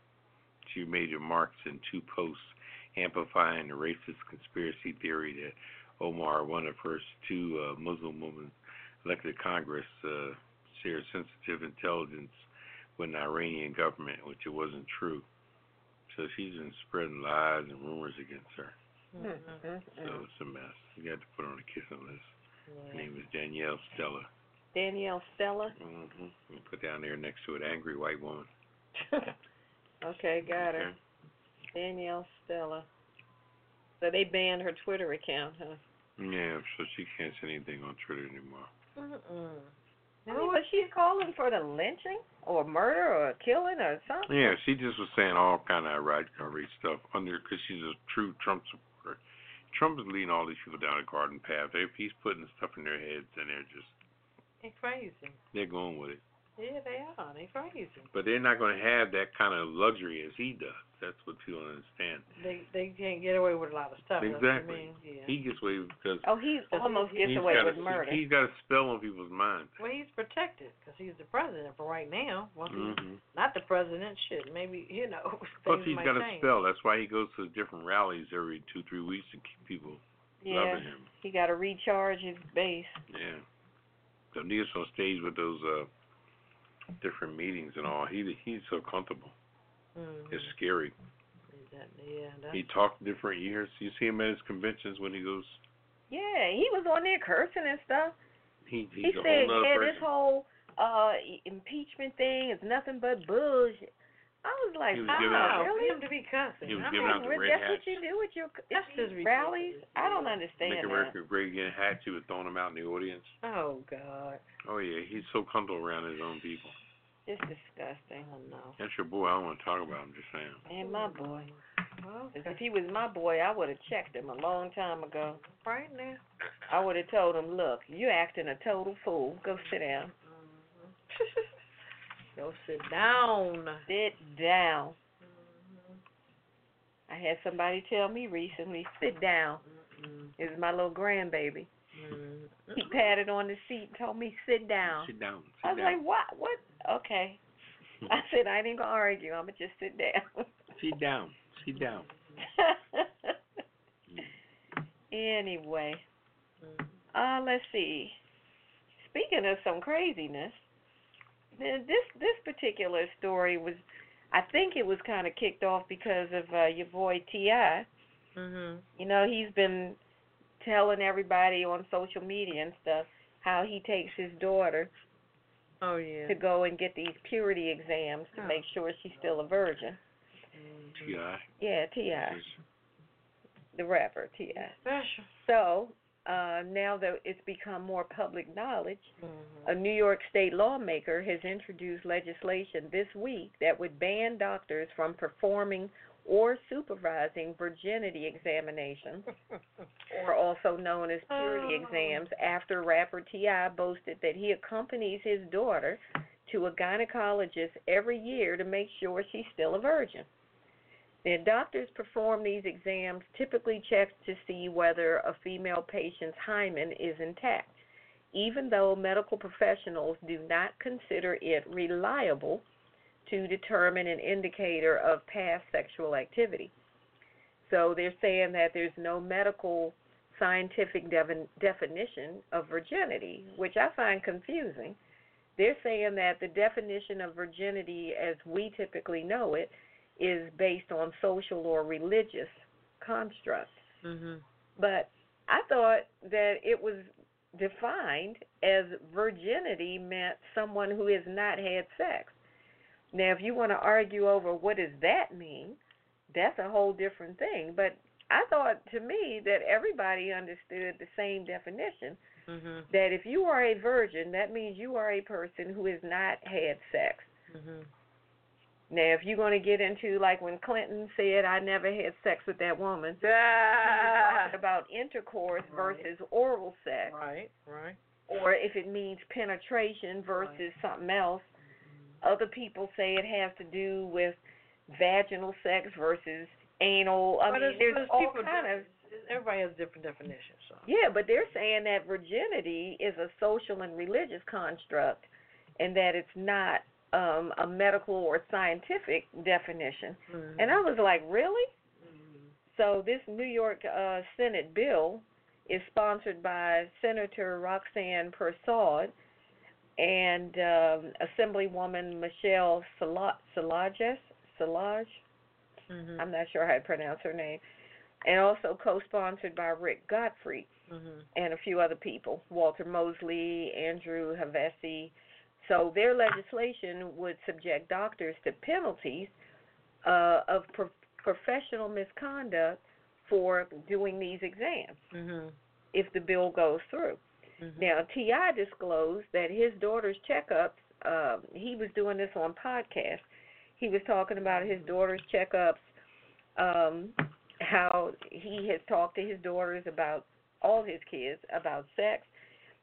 S2: She made remarks in two posts amplifying the racist conspiracy theory that Omar, one of first two uh, Muslim women elected to Congress, uh, shared sensitive intelligence with the Iranian government, which it wasn't true. So she's been spreading lies and rumors against her. So it's a mess. You got to put her on a kissing list. Her name is Danielle Stella.
S3: Danielle Stella.
S2: Mm-hmm. You put down there next to an angry white woman.
S3: okay, got her. Danielle Stella. So they banned her Twitter account, huh?
S2: Okay? Yeah, so she can't say anything on Twitter anymore.
S4: Mm-mm. Oh,
S3: I mean, but she's calling for the lynching or murder or killing or something.
S2: Yeah, she just was saying all kind of right, outrageous stuff under because she's a true Trump supporter. Trump is leading all these people down a garden path. They, he's putting stuff in their heads, and they're just
S4: They crazy.
S2: they're going with it.
S4: Yeah, they are. They crazy.
S2: But they're not going to have that kind of luxury as he does. That's what people don't understand.
S4: They they can't get away with a lot of stuff. that's what I
S2: Exactly.
S4: mean, yeah.
S2: He gets away because
S3: Oh, he almost gets
S2: he's
S3: away
S2: got
S3: with
S2: a,
S3: murder.
S2: He's got a spell on people's minds.
S4: Well, he's protected because he's the president for right now. Well, he's
S2: hmm
S4: not the president. Shit, maybe you know.
S2: Plus, he's
S4: things might
S2: got a
S4: change.
S2: spell. That's why he goes to different rallies every two, three weeks to keep people
S3: yeah,
S2: loving him.
S3: he got to recharge his base.
S2: Yeah. So Neil's on stage with those uh different meetings and all. He he's so comfortable.
S4: Mhm.
S3: Mm-hmm.
S2: It's scary.
S4: Exactly, Yeah, that's
S2: He talks different years. You see him at his conventions when he goes.
S3: Yeah, he was on there cursing and stuff.
S2: He
S3: he
S2: he's a
S3: said,
S2: whole other
S3: "Yeah,
S2: person.
S3: this whole uh impeachment thing is nothing but bullshit." I was like,
S2: He was
S3: "Wow,
S2: giving out-
S3: really?"
S4: Oh, him to be cussing. Oh,
S2: He was
S4: I'm
S2: giving
S4: like,
S2: out the
S3: Rick,
S2: red
S3: that's
S2: hats.
S3: what you do with your c-
S4: That's just
S3: rallies.
S4: ridiculous.
S3: I don't
S4: Yeah.
S3: understand
S2: Make
S3: that.
S2: America great again. Had to have thrown him out in the audience.
S4: Oh God.
S2: Oh yeah, he's so comfortable around his own people.
S3: It's disgusting.
S4: Oh no.
S2: That's your boy. I don't want to talk about him. Just saying.
S3: And my boy.
S4: Well,
S3: 'Cause if he was my boy, I would have checked him a long time ago.
S4: right now.
S3: I would have told him, "Look, you're acting a total fool. Go sit down.
S4: Go sit down.
S3: Sit down." I had somebody tell me recently, "Sit down." It was my little grandbaby.
S4: Mm-hmm.
S3: He patted on the seat and told me, sit down.
S2: Sit down. Sit
S3: I was
S2: down.
S3: like, what? What? Okay. I said, I ain't even going to argue. I'm going to just sit down.
S2: sit down. Sit down.
S3: anyway, uh, let's see. Speaking of some craziness, th- this this particular story was, I think it was kind of kicked off because of uh, your boy Ti.
S4: Mhm.
S3: You know, he's been telling everybody on social media and stuff how he takes his daughter
S4: Oh yeah.
S3: to go and get these purity exams to
S4: Oh.
S3: make sure she's still a virgin.
S4: Mm-hmm.
S2: Yeah.
S3: Yeah, T.I., the rapper, T.I.
S4: Special.
S3: So uh, now that it's become more public knowledge,
S4: Mhm.
S3: a New York state lawmaker has introduced legislation this week that would ban doctors from performing or supervising virginity examinations, or also known as purity
S4: Oh.
S3: exams, after rapper T.I. boasted that he accompanies his daughter to a gynecologist every year to make sure she's still a virgin. Now, doctors perform these exams typically checks to see whether a female patient's hymen is intact. Even though medical professionals do not consider it reliable to determine an indicator of past sexual activity. So they're saying that there's no medical scientific devin- definition of virginity, which I find confusing. They're saying that the definition of virginity as we typically know it is based on social or religious constructs.
S4: Mm-hmm.
S3: But I thought that it was defined as virginity meant someone who has not had sex. Now, if you want to argue over what does that mean, that's a whole different thing. But I thought to me that everybody understood the same definition
S4: Mm-hmm.
S3: that if you are a virgin, that means you are a person who has not had sex.
S4: Mm-hmm.
S3: Now, if you're going to get into like when Clinton said, "I never had sex with that woman," he was
S4: Ah.
S3: talking about intercourse
S4: Right.
S3: versus oral sex,
S4: Right, right.
S3: or if it means penetration versus something else. Other people say it has to do with vaginal sex versus anal. I
S4: But
S3: mean,
S4: it's-
S3: there's
S4: but it's
S3: all
S4: people
S3: kind
S4: do-
S3: of
S4: Everybody has different definitions. So.
S3: yeah, but they're saying that virginity is a social and religious construct and that it's not um, a medical or scientific definition.
S4: Mhm.
S3: And I was like, really? So this New York uh, Senate bill is sponsored by Senator Roxanne Persaud and um, Assemblywoman Michelle Sala- Salages. Salage?
S4: Mhm.
S3: I'm not sure how to pronounce her name. And also co sponsored by Rick Godfrey
S4: Mhm.
S3: and a few other people, Walter Mosley, Andrew Havesi. So their legislation would subject doctors to penalties uh, of pro- professional misconduct for doing these exams
S4: Mhm.
S3: if the bill goes through.
S4: Mhm.
S3: Now, T.I. disclosed that his daughter's checkups, um, he was doing this on podcast. He was talking about his daughter's checkups, um, how he has talked to his daughters about all his kids about sex.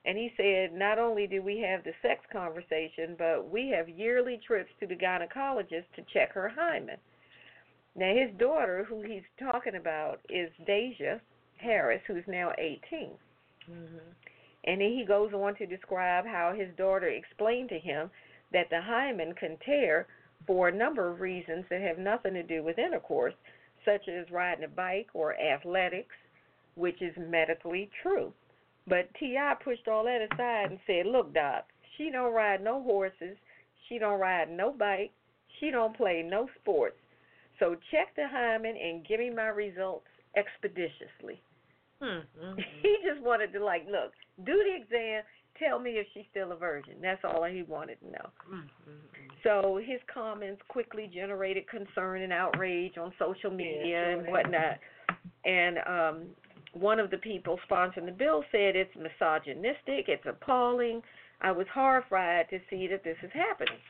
S3: And he said, not only do we have the sex conversation, but we have yearly trips to the gynecologist to check her hymen. Now, his daughter, who he's talking about, is Deja Harris, who's now 18.
S4: Mhm.
S3: And then he goes on to describe how his daughter explained to him that the hymen can tear for a number of reasons that have nothing to do with intercourse, such as riding a bike or athletics, which is medically true. But T.I. pushed all that aside and said, Look, Doc, she don't ride no horses, she don't ride no bike, she don't play no sports. So check the hymen and give me my results expeditiously
S4: Mhm.
S3: he just wanted to like look do the exam tell me if she's still a virgin that's all he wanted to know
S4: Mm-hmm.
S3: so his comments quickly generated concern and outrage on social media and whatnot and um one of the people sponsoring the bill said it's misogynistic it's appalling i was horrified to see that this is happening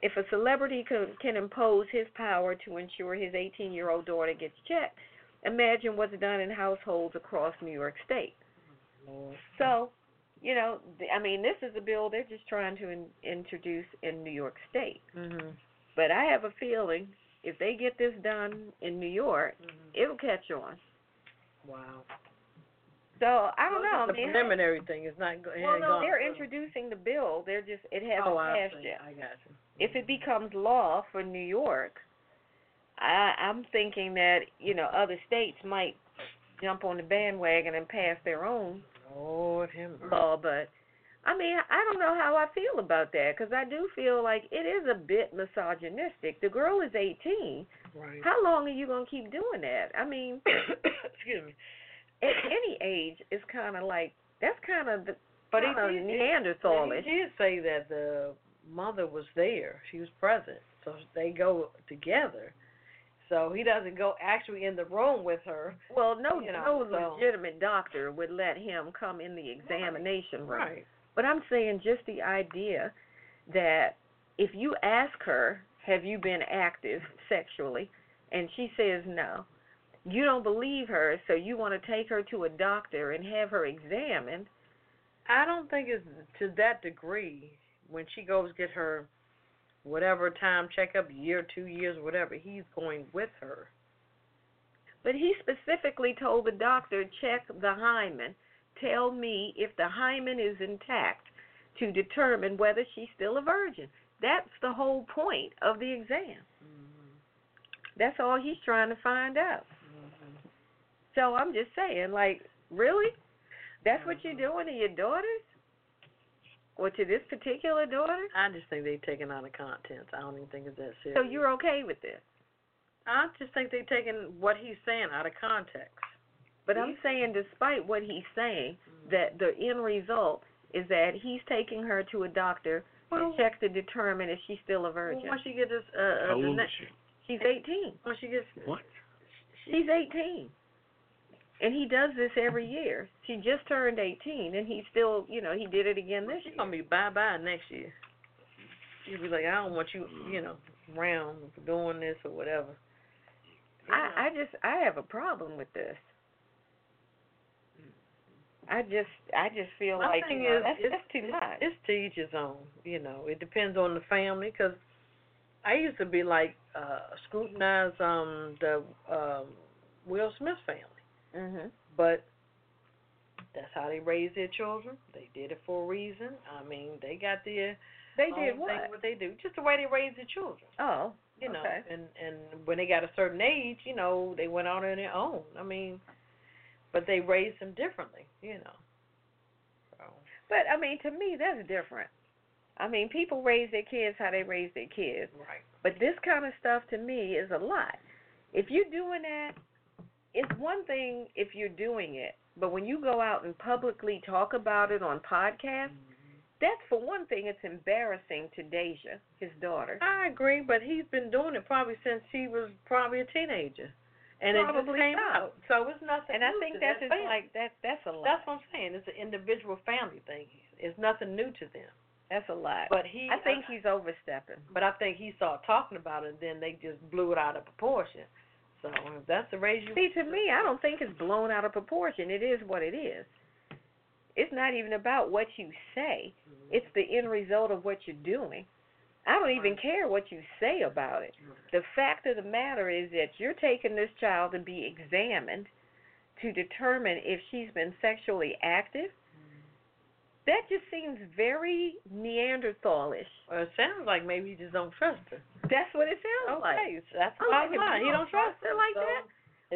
S3: if a celebrity can, can impose his power to ensure his 18 year old daughter gets checked imagine what's done in households across New York State. So, you know, th- I mean, this is a bill they're just trying to in, introduce in New York State.
S4: Mhm.
S3: But I have a feeling if they get this done in New York,
S4: Mm-hmm.
S3: it'll catch on.
S4: Wow.
S3: So I don't know. I
S4: The
S3: mean,
S4: preliminary thing is not going.
S3: well, no, they're introducing the bill. They're just it hasn't
S4: Oh, I
S3: passed
S4: see.
S3: yet.
S4: I got you.
S3: If it becomes law for New York, I, I'm thinking that you know other states might jump on the bandwagon and pass their own
S4: Lord him.
S3: law, but I mean, I don't know how I feel about that because I do feel like it is a bit misogynistic. The girl is 18.
S4: Right.
S3: How long are you going to keep doing that? I mean,
S4: Excuse me.
S3: at any age, it's kind of like that's kind of the
S4: But he
S3: kind of
S4: did-
S3: Neanderthalish.
S4: He did say that the mother was there. She was present. So they go together. So he doesn't go actually in the room with her.
S3: Well, no,
S4: You know,
S3: no
S4: so-
S3: legitimate doctor would let him come in the examination room.
S4: Right.
S3: But I'm saying just the idea that if you ask her, have you been active sexually? And she says no. You don't believe her, so you want to take her to a doctor and have her examined.
S4: I don't think it's to that degree when she goes get her whatever time checkup, year, two years, whatever, he's going with her.
S3: But he specifically told the doctor, check the hymen. Tell me if the hymen is intact to determine whether she's still a virgin. That's the whole point of the exam. That's all he's trying to find out. So I'm just saying, like, really? That's what you're doing to your daughters? Or to this particular daughter?
S4: I just think they've taken out of contents. I don't even think it's that serious.
S3: So you're okay with this?
S4: I just think they've taken what he's saying out of context.
S3: But I'm saying, despite what he's saying,
S4: Mm.
S3: that the end result is that he's taking her to a doctor
S4: Well-
S3: to check to determine if she's still a
S4: Well,
S3: virgin.
S4: once she gets this, uh, uh,
S2: How
S4: the
S2: old is
S4: next,
S2: she?
S3: She's 18.
S4: once she gets,
S2: What?
S3: She's 18. And he does this every year. She just turned 18, and he still, you know, he did it again this
S4: she's
S3: year.
S4: gonna be bye bye next year. She'll be like, I don't want you, you know, around for doing this or whatever.
S3: I, I just, I have a problem with this. I just, I just feel
S4: Mm. My
S3: like
S4: thing
S3: you know,
S4: is,
S3: that's,
S4: it's-
S3: that's too much.
S4: It's to each his own. You know, it depends on the family. Cause I used to be like uh scrutinize um the um Will Smith family,
S3: Mhm.
S4: but that's how they raised their children. They did it for a reason. I mean, they got their
S3: They
S4: own
S3: did
S4: thing,
S3: what?
S4: what they do, just the way they raised their children.
S3: Oh,
S4: you know
S3: Okay.
S4: and and when they got a certain age you know they went out on their own i mean but they raised them differently you know so
S3: but I mean, to me, that's different. I mean, people raise their kids how they raise their kids.
S4: right
S3: But this kind of stuff to me is a lot. If you're doing that, it's one thing if you're doing it, but when you go out and publicly talk about it on podcasts, that's for one thing. It's embarrassing to Deja, his daughter.
S4: i agree but he's been doing it probably since he was probably a teenager and it just
S3: Probably
S4: came
S3: so.
S4: out so it's nothing
S3: And I
S4: new
S3: think
S4: to
S3: that's
S4: that
S3: just
S4: family.
S3: like that. That's a lot.
S4: that's what i'm saying it's an individual family thing it's nothing new to them
S3: That's a lot.
S4: but he
S3: I
S4: uh,
S3: think he's overstepping.
S4: but i think he started talking about it and then they just blew it out of proportion so if that's the raise you
S3: See, to me, I don't think it's blown out of proportion. It is what it is. It's not even about what you say,
S4: Mm-hmm.
S3: it's the end result of what you're doing. I don't even care what you say about it. The fact of the matter is that you're taking this child to be examined to determine if she's been sexually active.
S4: Mm-hmm.
S3: That just seems very Neanderthalish.
S4: Well, uh, it sounds like maybe you just don't trust her.
S3: That's what it sounds like.
S4: Okay, so that's
S3: I'm like,
S4: bottom
S3: if
S4: line.
S3: you
S4: He
S3: don't
S4: don't trust
S3: trust her
S4: her
S3: like
S4: so
S3: that,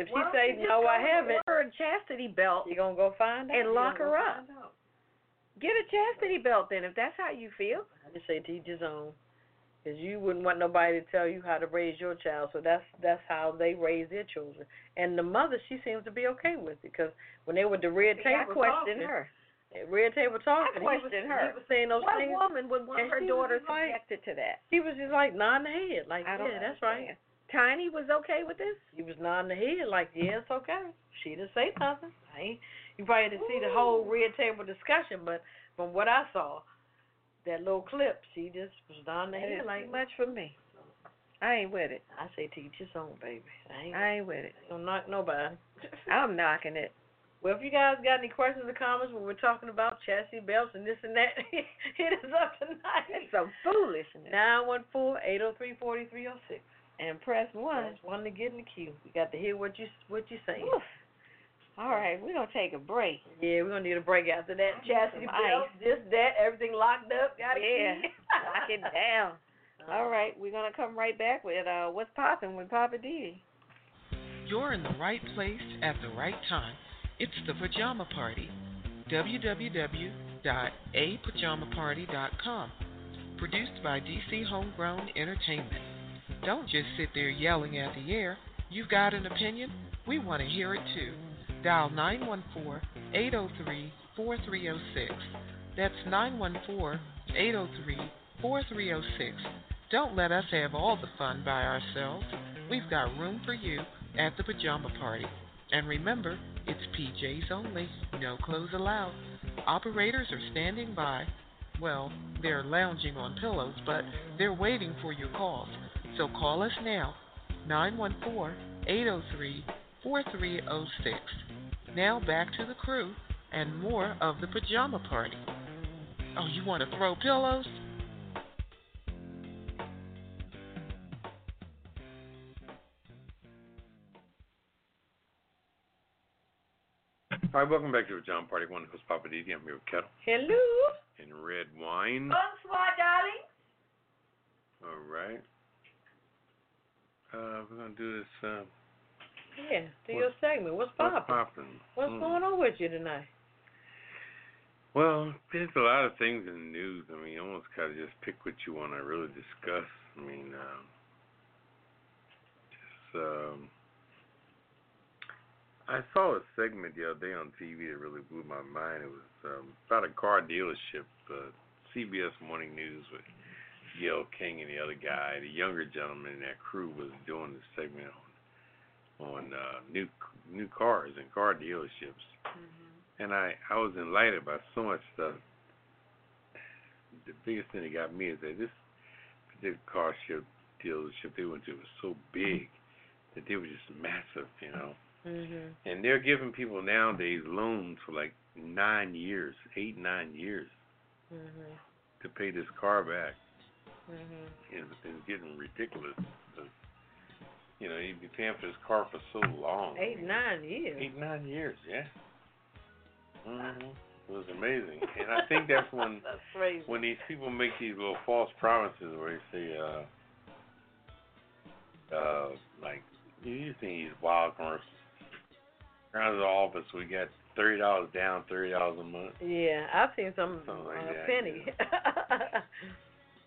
S4: If she says no, I haven't,
S3: Or a chastity belt
S4: you gonna go find out
S3: and
S4: You
S3: lock
S4: gonna
S3: her
S4: go
S3: up.
S4: find out.
S3: Get a chastity belt then, if that's how you feel.
S4: I just say teach his own, because you wouldn't want nobody to tell you how to raise your child. So that's that's how they raise their children. And the mother, she seems to be okay with it, because when they were the red
S3: See, I
S4: table
S3: question
S4: talking,
S3: her.
S4: at red table talking, he was-
S3: question her.
S4: He was saying those
S3: What
S4: things.
S3: woman would want
S4: and
S3: her
S4: she was
S3: daughter
S4: just like-
S3: subjected to that?
S4: He was just like nodding the head, like
S3: I don't
S4: yeah, that's
S3: understand.
S4: right.
S3: Tiny was okay with this?
S4: He was nodding the head like, yeah, it's okay. She didn't say nothing. I ain't, you probably didn't see the whole red table discussion, but from what I saw, that little clip, she just was nodding the
S3: That is
S4: head like,
S3: too much for me. I ain't with it.
S4: I say teach your own, baby. I ain't,
S3: I ain't with it.
S4: gonna knock nobody.
S3: I'm knocking it.
S4: Well, if you guys got any questions or comments when we're talking about chassis belts and this and that, hit us up
S3: That's
S4: tonight.
S3: some foolishness.
S4: Nine one four eight zero three forty three zero six.
S3: And press one.
S4: That's one to get in the queue. We got to hear what you what you saying.
S3: Oof. All right, we're going to take a break.
S4: Yeah, we're gonna need a break after that. Chastity
S3: some
S4: belt, this, that, everything locked up, got a
S3: Yeah.
S4: key.
S3: Lock it down. All right, we're going to come right back with uh, What's Poppin' with Papa Didi.
S5: You're in the right place at the right time. It's the Pajama Party. www.apajamaparty.com. Produced by DC Homegrown Entertainment. Don't just sit there yelling at the air. You've got an opinion? We want to hear it too. Dial 914 803 4306. That's 914 803 4306. Don't let us have all the fun by ourselves. We've got room for you at the pajama party. And remember, it's PJs only, no clothes allowed. Operators are standing by. Well, they're lounging on pillows, but they're waiting for your calls. So call us now, 914 803 4306. Now back to the crew and more of the pajama party. Oh, you want to throw pillows?
S2: All right, welcome back to the John Party One Host Papa Didi. I'm here with Kettle
S4: Hello.
S2: and Red Wine.
S7: Bonsoir, darling.
S2: All right. Uh, we're gonna do this. Uh,
S4: Yeah, do your
S2: What's-
S4: segment. What's
S2: what's
S4: poppin'?
S2: poppin'?
S4: What's
S2: Mm.
S4: going on with you tonight?
S2: Well, there's a lot of things in the news. I mean, you almost gotta just pick what you wanna really discuss. I mean, um, just um, I saw a segment the other day on TV that really blew my mind. It was um, about a car dealership, uh, CBS Morning News with Yale King and the other guy, the younger gentleman in that crew was doing the segment on on uh, new new cars and car dealerships and I I was enlightened by so much stuff. The biggest thing that got me is that this particular car ship dealership they went to was so big that they were just massive, you know.
S4: Mhm.
S2: And they're giving people nowadays loans for like nine years, eight nine years
S4: Mhm.
S2: to pay this car back.
S4: Mhm.
S2: It's, it's getting ridiculous. But, you know, you'd be paying for this car for so long.
S4: Eight, nine years.
S2: Mm-hmm. Eight, nine years, yeah. hmm It was amazing. And I think that's when
S4: That's crazy.
S2: when these people make these little false promises where they say, uh, uh, like, you you see these wild commercials. Around the office, we got thirty dollars down, thirty dollars a month.
S4: Yeah, I've seen some
S2: Something like
S4: on a
S2: that,
S4: penny.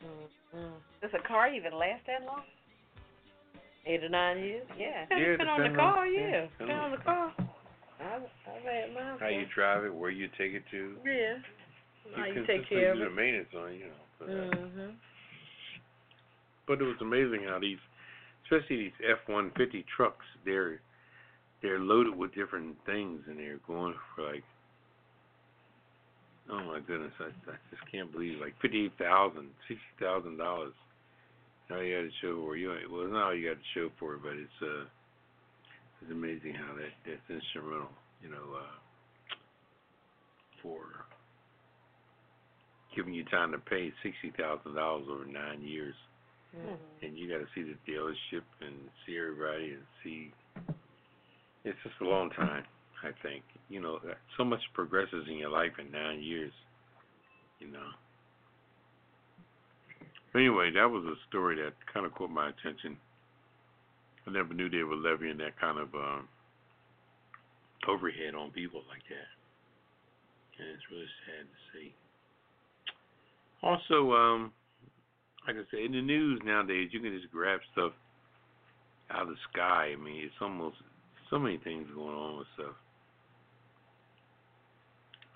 S4: Mhm.
S3: Does a car even last that long?
S4: Eight or nine years.
S3: Yeah.
S4: Yeah, depend on the
S2: depending on-
S4: car.
S2: yeah,
S4: Yeah,
S2: depending
S4: depend
S2: on
S4: on the
S2: the
S4: car. I've, I've had mine.
S2: How you
S4: for-
S2: drive it, where you take it to.
S4: Yeah. How you
S2: consistently
S4: take care of
S2: do the
S4: it.
S2: maintenance on, it, you know. But, uh,
S4: Mhm.
S2: But it was amazing how these, especially these F-150 trucks, they're they're loaded with different things, and they're going for like, oh my goodness, I, I just can't believe like fifty-eight thousand, sixty thousand dollars. All you got to show for you, well, it's not all you got to show for, it, but it's uh, it's amazing how that that's instrumental, you know, uh, for giving you time to pay sixty thousand dollars over nine years
S4: Mhm.
S2: and you got to see the dealership and see everybody and see. It's just a long time, I think. You know, so much progresses in your life in nine years. You know. But anyway, that was a story that kind of caught my attention. I never knew they were levying that kind of um, overhead on people like that, and it's really sad to see. Also, um, like I said, in the news nowadays, you can just grab stuff out of the sky. I mean, it's almost so many things going on with stuff.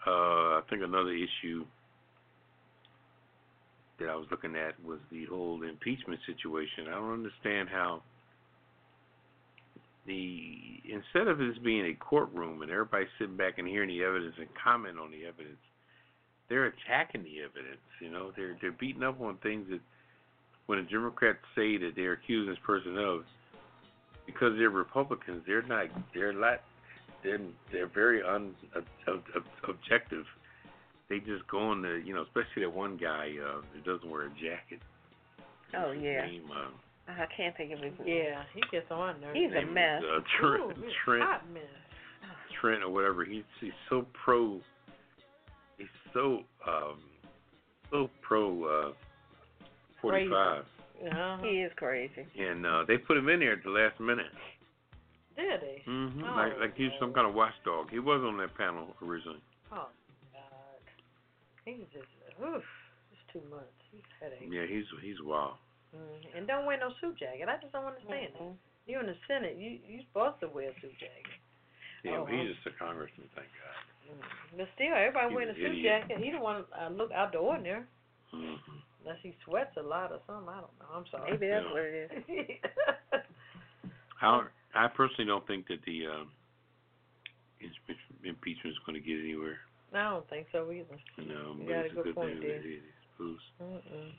S2: Uh, I think another issue that I was looking at was the whole impeachment situation. I don't understand how the instead of this being a courtroom and everybody sitting back and hearing the evidence and comment on the evidence they're attacking the evidence. You know, they're they're beating up on things that when the Democrats say that they're accusing this person of, because they're Republicans, they're not they're not they're they're very un ob, ob, ob- objective. They just go on the you know, especially that one guy uh, that doesn't wear a jacket.
S3: Oh,
S2: What's his
S3: yeah.
S2: Name, uh,
S3: Uh-huh, I can't think of his
S4: Yeah, he gets on my
S3: Mm-hmm.
S4: nerves.
S3: He's a
S2: name is,
S3: mess.
S2: uh,
S4: Ooh,
S2: Trent,
S4: he's a
S2: Trent
S4: hot mess.
S2: Trent or whatever. He's he's so pro. He's so um so pro uh, forty five,
S4: Uh-huh.
S3: He is crazy.
S2: and uh, they put him in there at the last minute.
S4: Did he?
S2: Mm-hmm.
S4: Oh,
S2: like like he was some kind of watchdog. He was on that panel originally.
S4: Oh, God. He's just, oof. It's too much. He's a headache.
S2: Yeah, he's he's wild.
S4: Mm. And don't wear no suit jacket. I just don't understand
S3: Mm-hmm.
S4: it. You're in the Senate. You you supposed to wear a suit jacket.
S2: Yeah,
S4: Oh,
S2: well, he's
S4: wow.
S2: just a congressman, thank God.
S4: Mm. But still, everybody
S2: He's
S4: wearing a
S2: an
S4: suit
S2: idiot.
S4: jacket. He don't want to uh, look out the ordinary
S2: Mm-hmm.
S4: unless he sweats a lot or something. I don't know. I'm sorry.
S3: Maybe that's
S2: Yeah.
S3: what it is.
S2: I don't- I personally don't think that the um, impeachment- impeachment is going to get anywhere.
S4: I don't think so either.
S2: No,
S4: You
S2: but
S4: got
S2: it's
S4: a
S2: a
S4: good
S2: good
S4: point
S2: thing
S4: there.
S2: that it exposed
S4: Mm-mm.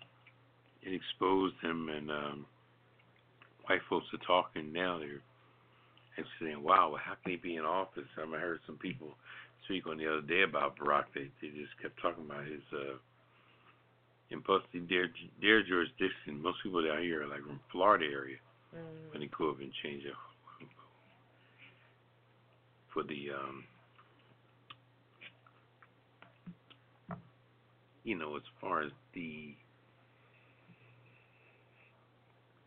S2: it exposed him and um white folks are talking now they're and saying, Wow, how can he be in office? I mean, I heard some people speak on the other day about Barack. They they just kept talking about his uh and plus the- their their jurisdiction, most people down here are like from Florida area
S4: Mm.
S2: when they could have been changed it for the um you know, as far as the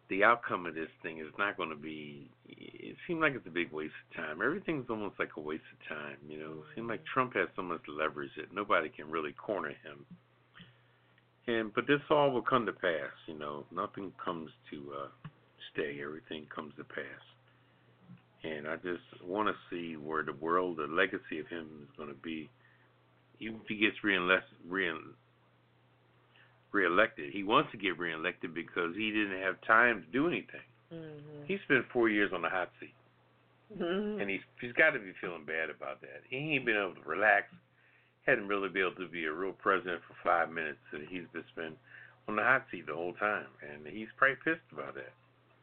S2: the outcome of this thing is not going to be. It seemed like it's a big waste of time. Everything's almost like a waste of time, you know. It seemed like Trump has so much leverage that nobody can really corner him. And but this all will come to pass, you know. Nothing comes to uh, stay. Everything comes to pass. And I just want to see where the world, the legacy of him is going to be. Even if he gets reenlist, reen, reelected. He wants to get reelected because he didn't have time to do anything.
S4: Mm-hmm.
S2: He spent four years on the hot seat,
S4: Mm-hmm.
S2: and he's he's got to be feeling bad about that. He ain't been able to relax. Hadn't really been able to be a real president for five minutes, and he's just been on the hot seat the whole time, and he's probably pissed about that.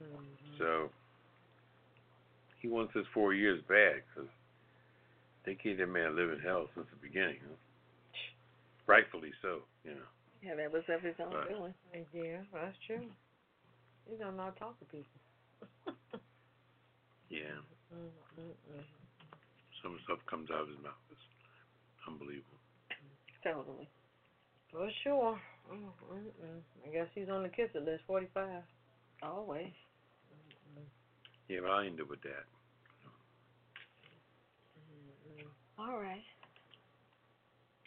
S4: Mm-hmm.
S2: So he wants his four years back because they gave that man live in hell since the beginning. Huh? Rightfully so, you know.
S3: Yeah, that was of his own
S2: Right.
S3: doing.
S4: Yeah, that's true. You don't know how to talk to people.
S2: Yeah.
S4: Mm-mm-mm.
S2: some stuff comes out of his mouth. It's unbelievable.
S3: Totally.
S4: For sure. Mm-mm-mm. I guess he's on the kiss at least 45.
S3: Always.
S2: Yeah, but I'll end it with that.
S3: All right.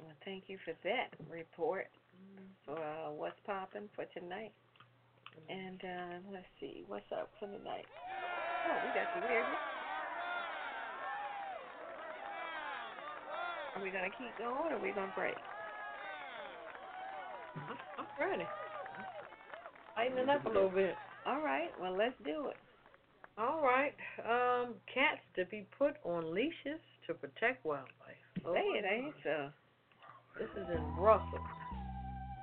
S3: Well, thank you for that report for uh, what's popping for tonight. And uh, let's see, what's up for tonight? Oh, we got some weird. Are we gonna keep going, or are we gonna break?
S4: I'm ready. Lighten it up a little bit.
S3: All right. Well, let's do it.
S4: All right. Um, cats to be put on leashes to protect wildlife. Oh,
S3: Say it
S4: my
S3: ain't so.
S4: This is in Brussels.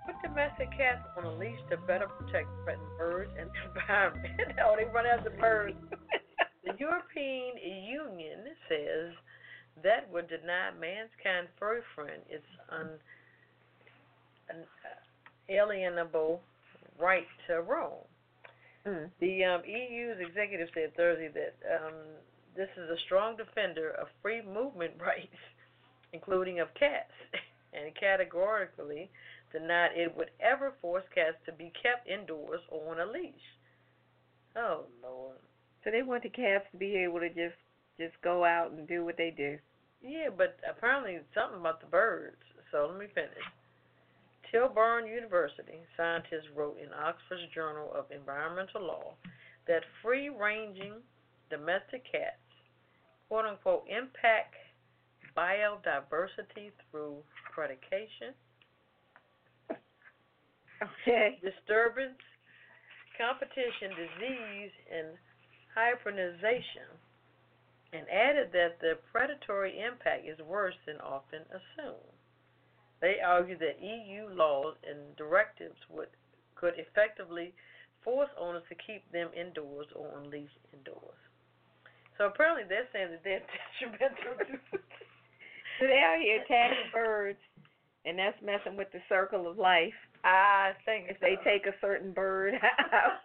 S4: Put domestic cats on a leash to better protect threatened birds and the environment. oh, they run after birds. the European Union says that would deny mankind furry friend its un, un, alienable right to roam.
S3: Mm.
S4: The um, EU's executive said Thursday that um, this is a strong defender of free movement rights, including of cats, and categorically denied it would ever force cats to be kept indoors or on a leash. Oh, Lord.
S3: So they want the cats to be able to just just go out and do what they do.
S4: Yeah, but apparently something about the birds. So let me finish. Tilburn University scientists wrote in Oxford's Journal of Environmental Law that free ranging domestic cats, quote unquote, impact biodiversity through predication,
S3: Okay.
S4: disturbance, competition, disease, and hybridization, and added that the predatory impact is worse than often assumed. They argue that EU laws and directives would could effectively force owners to keep them indoors or on leash indoors. So apparently they're saying that they're detrimental to
S3: So they out here attacking birds, and that's messing with the circle of life.
S4: I think
S3: If they
S4: so.
S3: take a certain bird out.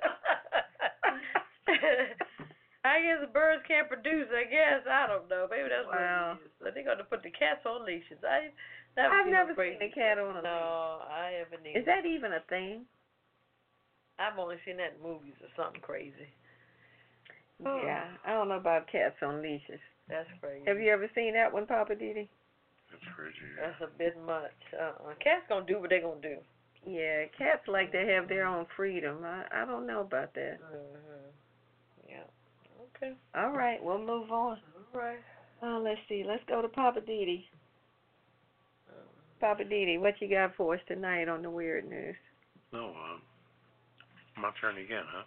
S4: I guess the birds can't produce. I guess I don't know. Maybe that's
S3: Wow.
S4: what it is. So they're gonna put the cats on leashes. I never
S3: I've
S4: seen
S3: never
S4: a crazy
S3: seen a cat on a leash.
S4: No, I haven't either.
S3: Is that even a thing?
S4: I've only seen that in movies or something crazy. Oh.
S3: Yeah, I don't know about cats on leashes.
S4: That's crazy.
S3: Have you ever seen that one, Papa Didi?
S2: That's crazy.
S4: That's a bit much. Uh-uh. Cats gonna do what they gonna do.
S3: Yeah, cats like to have their own freedom. I I don't know about that.
S4: Mm-hmm. Yeah. Okay.
S3: All right, we'll move on.
S4: All right.
S3: Oh, let's see. Let's go to Papa Didi. Papa Didi, what you got for us tonight on the weird news?
S2: No, um, my turn again, huh?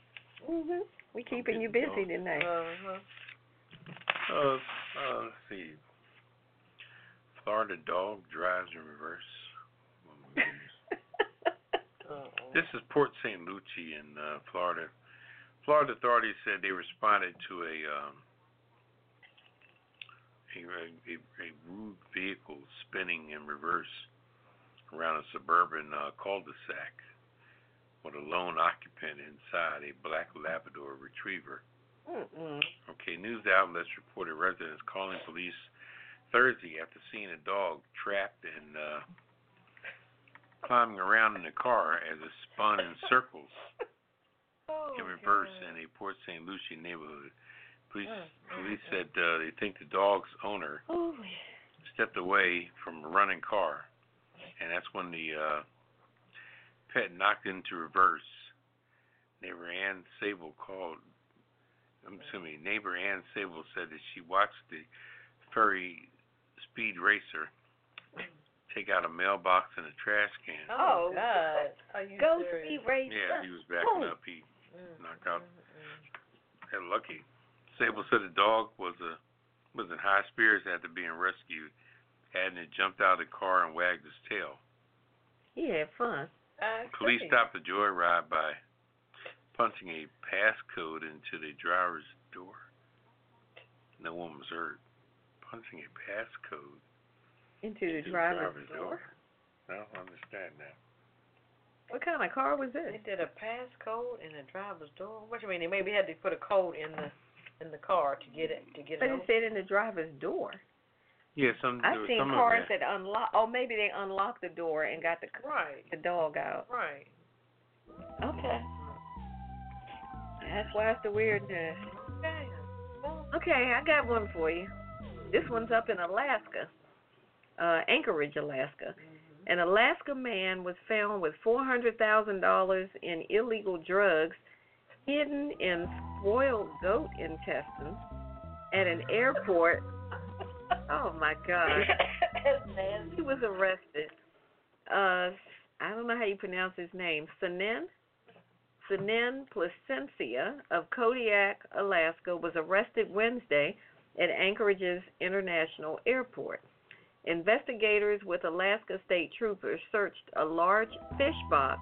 S3: Mhm. We keeping you busy tonight.
S4: Uh-huh.
S2: Uh, uh, let's see. Florida dog drives in reverse. Oh,
S4: Uh-uh.
S2: This is Port St. Lucie in uh, Florida. Florida authorities said they responded to a um, a, a, a rude vehicle spinning in reverse around a suburban uh, cul-de-sac with a lone occupant inside, a black Labrador Retriever.
S3: Mm-mm.
S2: Okay, news outlets reported residents calling police Thursday after seeing a dog trapped and uh, climbing around in the car as it spun in circles
S4: Oh,
S2: in reverse in a Port St. Lucie neighborhood. Police, police said uh, they think the dog's owner
S4: Oh,
S2: stepped away from a running car, and that's when the uh, pet knocked into reverse. Neighbor Ann Sable called. I'm assuming neighbor Ann Sable said that she watched the furry speed racer take out a mailbox and a trash can.
S3: Oh,
S4: God. Are you
S3: Go
S4: serious? Mm-hmm.
S3: Speed Racer.
S2: Yeah, he was backing
S3: Oh.
S2: up. He knocked out. Had lucky. Sable said the dog was a was in high spirits after being rescued. Hadn't it jumped out of the car and wagged its tail.
S3: He had fun.
S4: I
S2: Police
S4: agree.
S2: stopped the joyride by punching a passcode into the driver's door. No one was hurt. Punching a passcode
S3: Into
S2: into
S3: the
S2: the
S3: driver's door.
S2: I don't understand that.
S3: What kind of car was this?
S4: They did a passcode in the driver's door. What you mean? They maybe had to put a code in the in the car to get it to get
S3: But
S4: it.
S3: it
S4: open.
S3: said in the driver's door.
S2: Yeah, some. there
S3: I've
S2: was
S3: seen
S2: some of
S3: cars
S2: that.
S3: that unlock. Oh, maybe they unlocked the door and got the c-
S4: Right,
S3: the dog out.
S4: right.
S3: Okay. That's why it's the weirdness.
S4: Okay. Well,
S3: Okay, I got one for you. This one's up in Alaska, uh, Anchorage, Alaska. An Alaska man was found with $400,000 in illegal drugs hidden in spoiled goat intestines at an airport. Oh my God. He was arrested. Uh, I don't know how you pronounce his name. Sanin? Sanin Placencia of Kodiak, Alaska, was arrested Wednesday at Anchorage's International Airport. Investigators with Alaska State Troopers searched a large fish box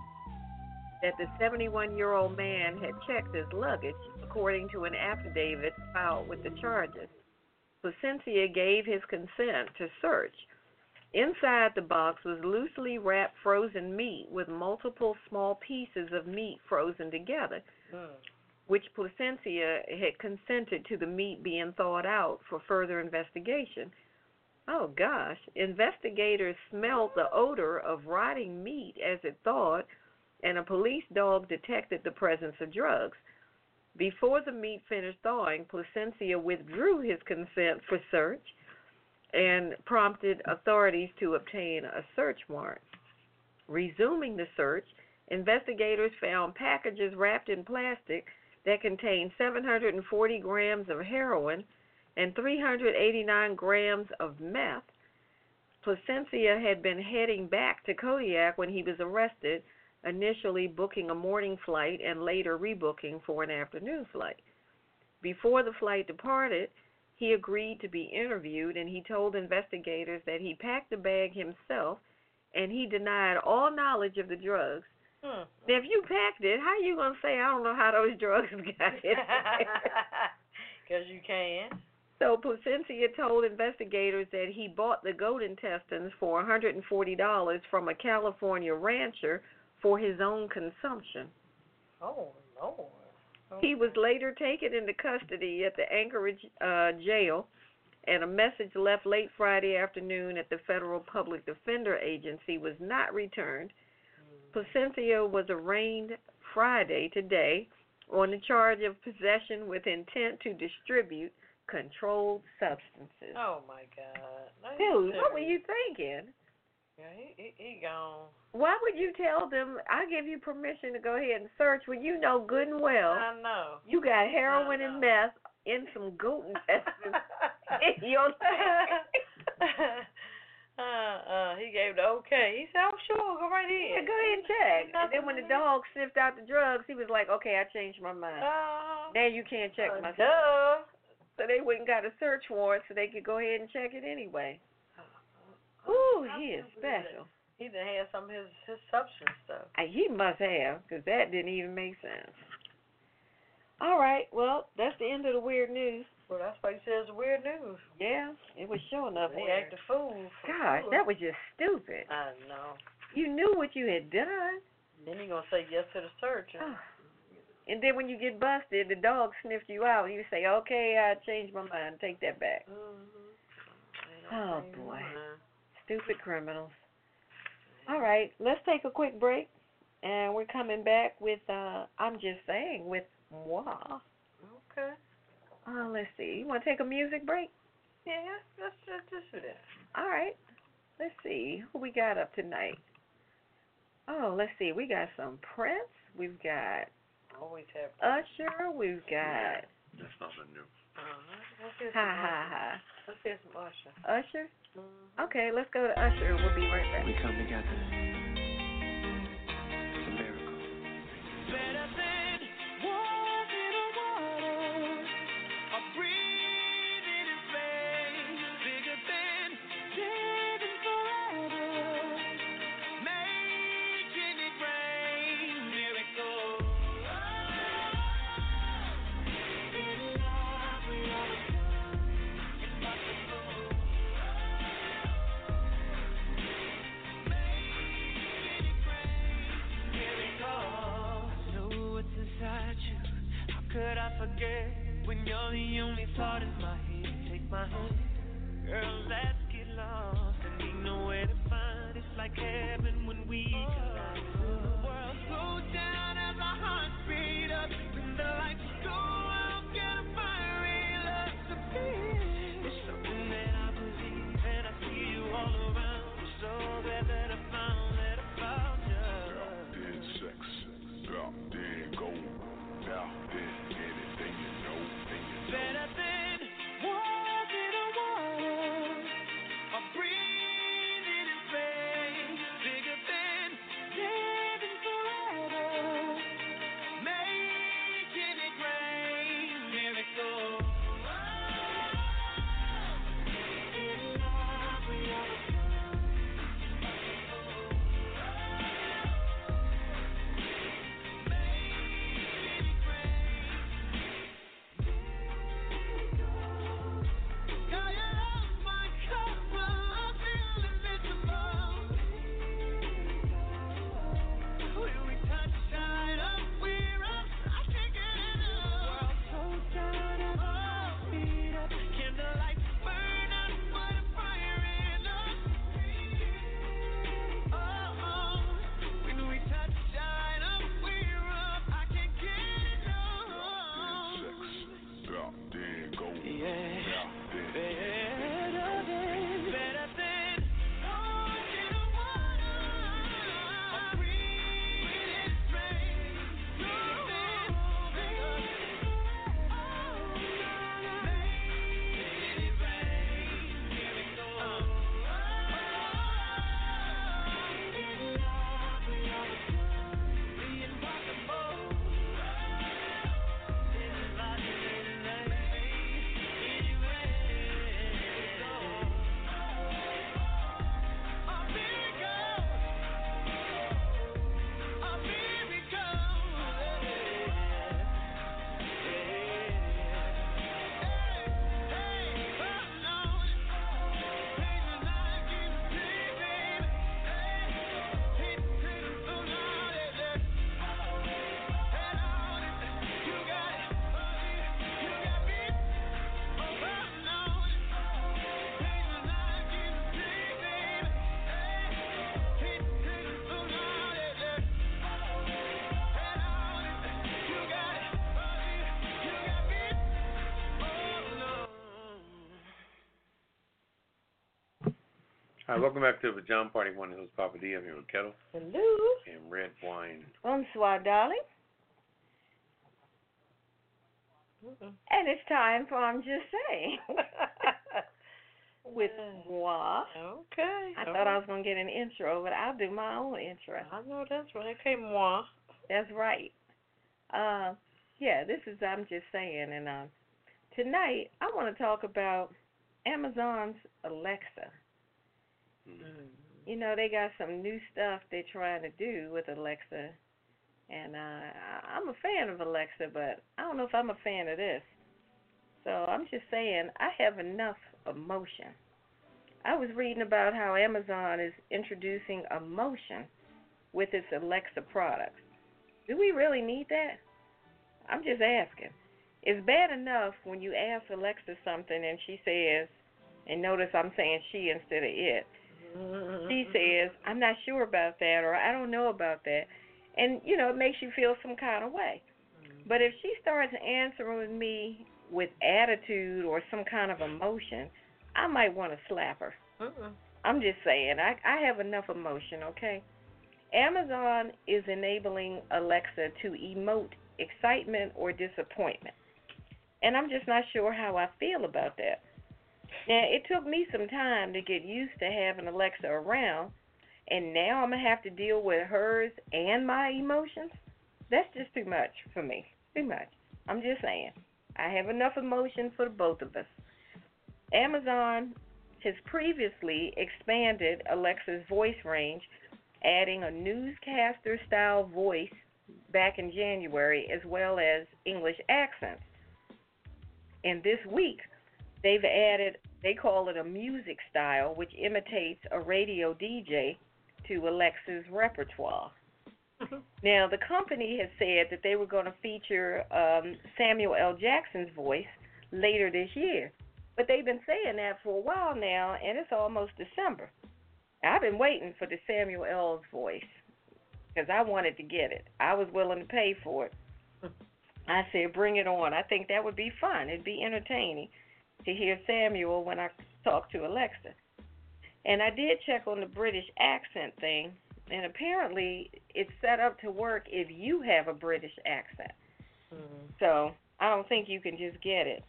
S3: that the 71 year old man had checked as luggage, according to an affidavit filed with the charges. Placencia gave his consent to search. Inside the box was loosely wrapped frozen meat with multiple small pieces of meat frozen together,
S4: Hmm.
S3: which Placencia had consented to the meat being thawed out for further investigation. Oh gosh, investigators smelled the odor of rotting meat as it thawed, and a police dog detected the presence of drugs. Before the meat finished thawing, Placencia withdrew his consent for search and prompted authorities to obtain a search warrant. Resuming the search, investigators found packages wrapped in plastic that contained 740 grams of heroin and 389 grams of meth. Placencia had been heading back to Kodiak when he was arrested, initially booking a morning flight and later rebooking for an afternoon flight. Before the flight departed, he agreed to be interviewed and he told investigators that he packed the bag himself and he denied all knowledge of the drugs.
S4: hmm.
S3: Now, if you packed it, how you going to say, I don't know how those drugs got in there?
S4: Because you can.
S3: So Placencia told investigators that he bought the goat intestines for $140 from a California rancher for his own consumption.
S4: Oh Lord. Oh,
S3: He was later taken into custody at the Anchorage uh, jail, and a message left late Friday afternoon at the Federal Public Defender Agency was not returned. Placencia was arraigned Friday today on the charge of possession with intent to distribute controlled substances.
S4: Oh my God. Are
S3: Dude, what were
S4: serious?
S3: you thinking?
S4: Yeah, he, he he gone.
S3: Why would you tell them, I give you permission to go ahead and search when you know good and well
S4: I know.
S3: you got heroin and meth in some goat intestines in your
S4: uh, uh, he gave the okay. He said, "Oh, sure, go right
S3: Yeah,
S4: in."
S3: go ahead and check. And then when the dog sniffed out the drugs, he was like, okay, I changed my mind.
S4: Uh,
S3: Now you can't check
S4: uh,
S3: my stuff.
S4: duh.
S3: So they wouldn't got a search warrant, so they could go ahead and check it anyway. Ooh, he is special.
S4: He done had some of his his substance stuff.
S3: Uh, He must have, because that didn't even make sense. All right, well, that's the end of the weird news.
S4: Well, that's why he says weird news.
S3: Yeah, it was sure enough
S4: He
S3: weird.
S4: act a fool. for
S3: Gosh,
S4: sure.
S3: that was just stupid.
S4: I know.
S3: You knew what you had done. Ah.
S4: Then he gonna say yes to the search. and-
S3: And then when you get busted, the dog sniffed you out. You say, "Okay, I changed my mind. Take that back."
S4: Mhm. They don't
S3: Oh,
S4: say
S3: boy.
S4: no.
S3: Stupid criminals. All right, let's take a quick break, and we're coming back with uh, I'm just saying with moi.
S8: Okay.
S3: Uh, let's see. You want to take a music break?
S8: Yeah, let's just, just do that.
S3: All right. Let's see who we got up tonight. Oh, let's see. We got some Prince. We've got
S8: Always have.
S3: Usher. We've got
S2: That's nothing new.
S8: Uh-huh. Let's hear
S3: ha
S8: some Usher.
S3: ha
S8: Let's hear some Usher.
S3: ha. Usher. Okay, let's go to Usher. We'll be right back.
S5: We come together. It's a miracle. Better than walking on water or breathing in flames. Bigger than living forever. Making it rain. Miracle.
S4: know what's inside you. How could I forget when you're the only thought in my head? Take my hand, girl, let's get lost. I need nowhere to find. It's like heaven when we collide. The world slows down as our hearts beat up. When the lights go out, can I find real love to be? It's something that I believe, and I see you all around. So glad that I found that I found you. Better than walking on water or breathing in flames. Bigger than living forever. Making it rain. Miracle. Now you love my cover. I'm feeling invincible. When we touch, I light up. We're up. I can't get enough. World so tired of us. Beat up. Can the lights burn out? What a fire in us. Oh, when we touch, I light up. We're up. I can't get enough. Yeah.
S2: All right, welcome back to the John Party One Hills Papa D. I'm here with Kettle
S3: Hello.
S2: and Red Wine.
S3: Bonsoir, darling. And it's time for I'm just saying with moi.
S8: Okay.
S3: I thought I was gonna get an intro, but I'll do my own intro.
S8: I know that's right. Okay, moi.
S3: That's right. Uh, yeah, this is I'm just saying, and um, tonight I want to talk about Amazon's Alexa. Mm. You know they got some new stuff they're trying to do with Alexa, and uh, I- I'm a fan of Alexa, but I don't know if I'm a fan of this. So I'm just saying I have enough emotion. I was reading about how Amazon is introducing emotion with its Alexa products. Do we really need that? I'm just asking. It's bad enough when you ask Alexa something and she says, and notice I'm saying she instead of it.
S8: Mm-hmm.
S4: Mm-hmm,
S3: she says, I'm not sure about that or I don't know about that. And, you know, it makes you feel some kind of way. But if she starts answering me with attitude or some kind of emotion, I might want to slap her.
S8: Mm-hmm.
S4: Mm-mm.
S3: I'm just saying, I, I have enough emotion, okay? Amazon is enabling Alexa to emote excitement or disappointment. And I'm just not sure how I feel about that. Now, it took me some time to get used to having Alexa around, and now I'm going to have to deal with hers and my emotions. That's just too much for me. Too much. I'm just saying. I have enough emotion for the both of us. Amazon has previously expanded Alexa's voice range, adding a newscaster style voice back in January as well as English accents. And this week, they've added, they call it a music style, which imitates a radio DJ to Alexa's repertoire. Now, the company has said that they were going to feature um, Samuel L. Jackson's voice later this year. But they've been saying that for a while now, and it's almost December. I've been waiting for the Samuel L.'s voice because I wanted to get it. I was willing to pay for it. I said, bring it on. I think that would be fun. It'd be entertaining to hear Samuel when I talk to Alexa. And I did check on the British accent thing, and apparently it's set up to work if you have a British accent. So I don't think you can just get it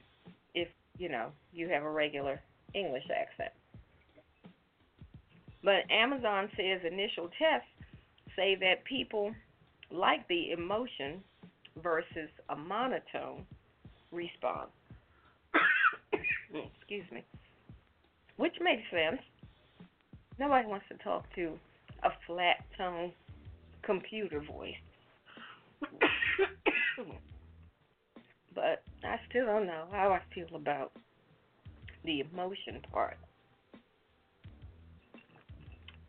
S3: if you know you have a regular English accent. But Amazon says initial tests say that people like the emotion versus a monotone response. Excuse me. Which makes sense. Nobody wants to talk to a flat tone computer voice. but I still don't know how I feel about the emotion part.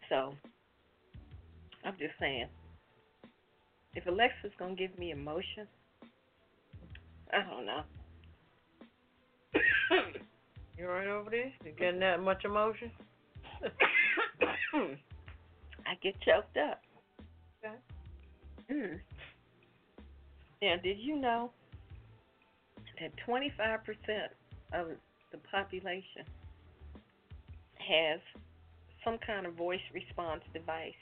S3: So I'm just saying, if Alexa's gonna give me emotion, I don't know.
S4: You all right over there? You getting that much emotion?
S3: I get choked up.
S4: Okay.
S3: Mm. Now, did you know that 25% of the population has some kind of voice response device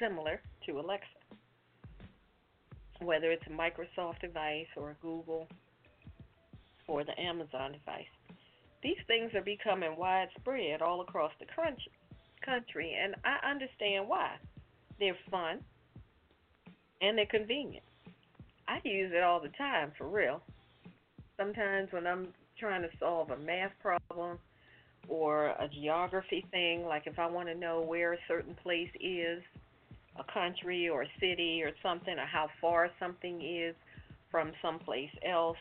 S3: similar to Alexa? Whether it's a Microsoft device or a Google or the Amazon device. These things are becoming widespread all across the crunch- country, and I understand why. They're fun and they're convenient. I use it all the time, for real. Sometimes when I'm trying to solve a math problem or a geography thing, like if I want to know where a certain place is, a country or a city or something, or how far something is from someplace else,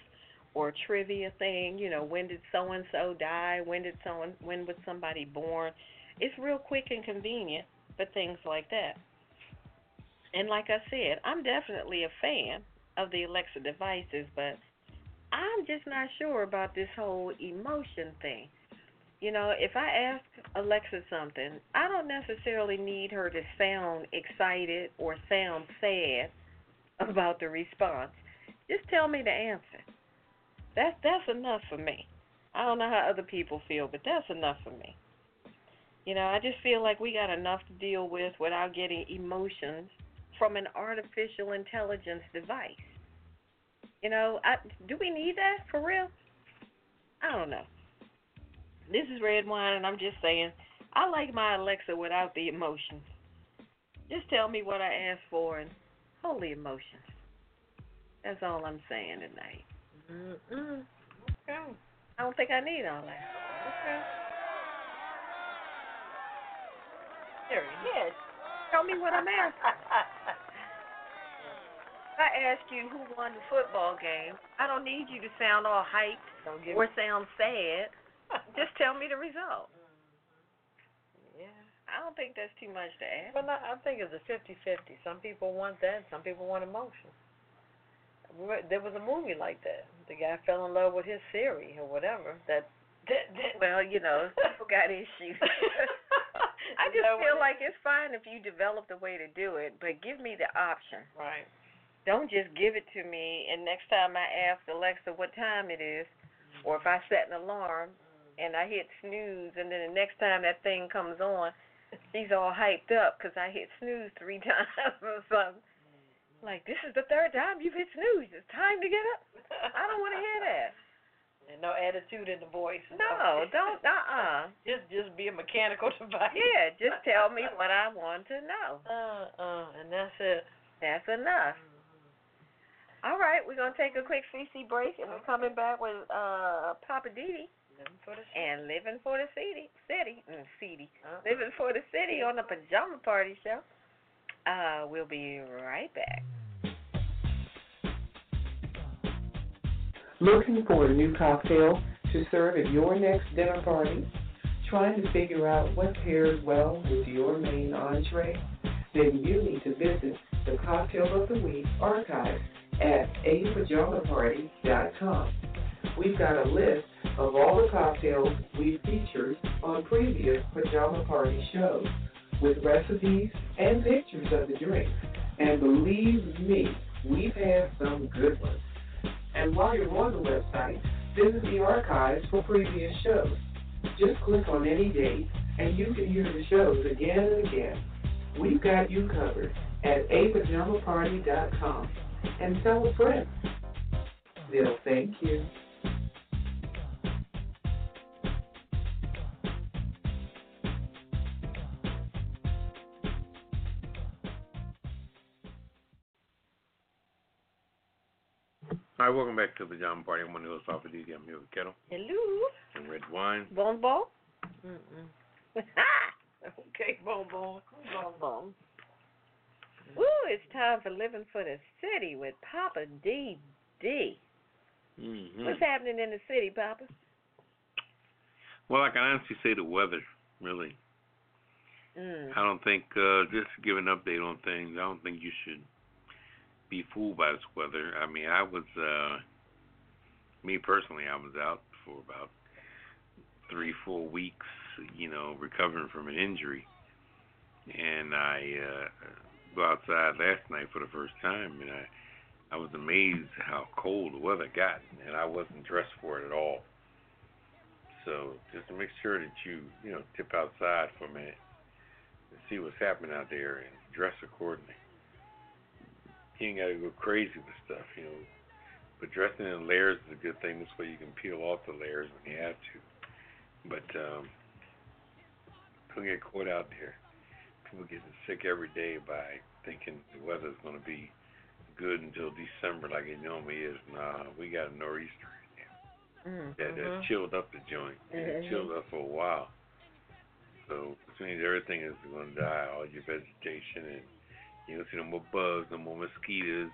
S3: or trivia thing, you know, when did so and so die, when did so and when was somebody born. It's real quick and convenient for things like that. And like I said, I'm definitely a fan of the Alexa devices, but I'm just not sure about this whole emotion thing. You know, if I ask Alexa something, I don't necessarily need her to sound excited or sound sad about the response. Just tell me the answer. That's that's enough for me. I don't know how other people feel, but that's enough for me. You know, I just feel like we got enough to deal with without getting emotions from an artificial intelligence device. You know, I, do we need that for real? I don't know. This is red wine, and I'm just saying, I like my Alexa without the emotions. Just tell me what I asked for and hold the emotions. That's all I'm saying tonight.
S4: Mm-mm. Okay.
S3: I don't think I need all that.
S4: Okay.
S3: There it is. Tell me what I'm asking. If I ask you who won the football game, I don't need you to sound all hyped
S4: Don't give
S3: or
S4: me.
S3: sound sad. Just tell me the result.
S4: Yeah.
S3: I don't think that's too much to ask.
S4: But no, I think it's a fifty-fifty. Some people want that, some people want emotion. Where- There was a movie like that. The guy fell in love with his Siri or whatever. That that that.
S3: Well, you know, people got issues. I just
S4: that
S3: feel
S4: what it-
S3: like it's fine if you develop the way to do it, but give me the option.
S4: Right.
S3: Don't just give it to me and next time I ask Alexa what time it is or if I set an alarm and I hit snooze and then the next time that thing comes on, she's all hyped up because I hit snooze three times or something. Like, this is the third time you've hit snooze. It's time to get up. I don't want to hear that.
S4: And no attitude in the voice.
S3: No, don't, uh-uh.
S4: Just just be a mechanical device.
S3: Yeah, just tell me what I want to know.
S4: Uh uh, and that's it.
S3: That's enough. All right, we're gonna take a quick CC break, and we're coming back with uh Papa Didi
S4: Living for the shit.
S3: and Living for the City, City, mm, City,
S4: Uh-uh.
S3: Living for the City on the Pajama Party Show. Uh, we'll be right back.
S9: Looking for a new cocktail to serve at your next dinner party? Trying to figure out what pairs well with your main entree? Then you need to visit the Cocktail of the Week archive at apajamaparty.com. We've got a list of all the cocktails we've featured on previous pajama party shows with recipes and pictures of the drinks. And believe me, we've had some good ones. And while you're on the website, visit the archives for previous shows. Just click on any date and you can hear the shows again and again. We've got you covered at apajamaparty.com and tell a friend. They'll thank you.
S2: All right, welcome back to the John Party. I'm one of the hosts, Alpha DD. I'm here with Kettle
S3: Hello,
S2: and Red Wine.
S3: Bon Bon.
S4: Mm-mm.
S3: okay, Bon Bon. Bon Bon. Ooh, it's time for Living for the City with Papa D D.
S2: Mm-hmm.
S3: What's happening in the city, Papa?
S2: Well, I can honestly say the weather, really.
S3: Mm.
S2: I don't think uh just to give an update on things, I don't think you should be fooled by this weather. I mean I was uh me personally I was out for about three, four weeks, you know, recovering from an injury. And I uh go outside last night for the first time and I I was amazed how cold the weather got and I wasn't dressed for it at all. So just make sure that you, you know, tip outside for a minute and see what's happening out there and dress accordingly. You ain't got to go crazy with stuff, you know. But dressing in layers is a good thing. This way you can peel off the layers when you have to. But um, don't get caught out there. People getting sick every day by thinking the weather's going to be good until December like it normally is. Nah, we got a nor'easter in there
S3: Mm.
S2: that, that chilled up the joint. It
S3: Mhm.
S2: chilled up for a while. So which means everything is gonna die, all your vegetation and you don't see no more bugs, no more mosquitoes.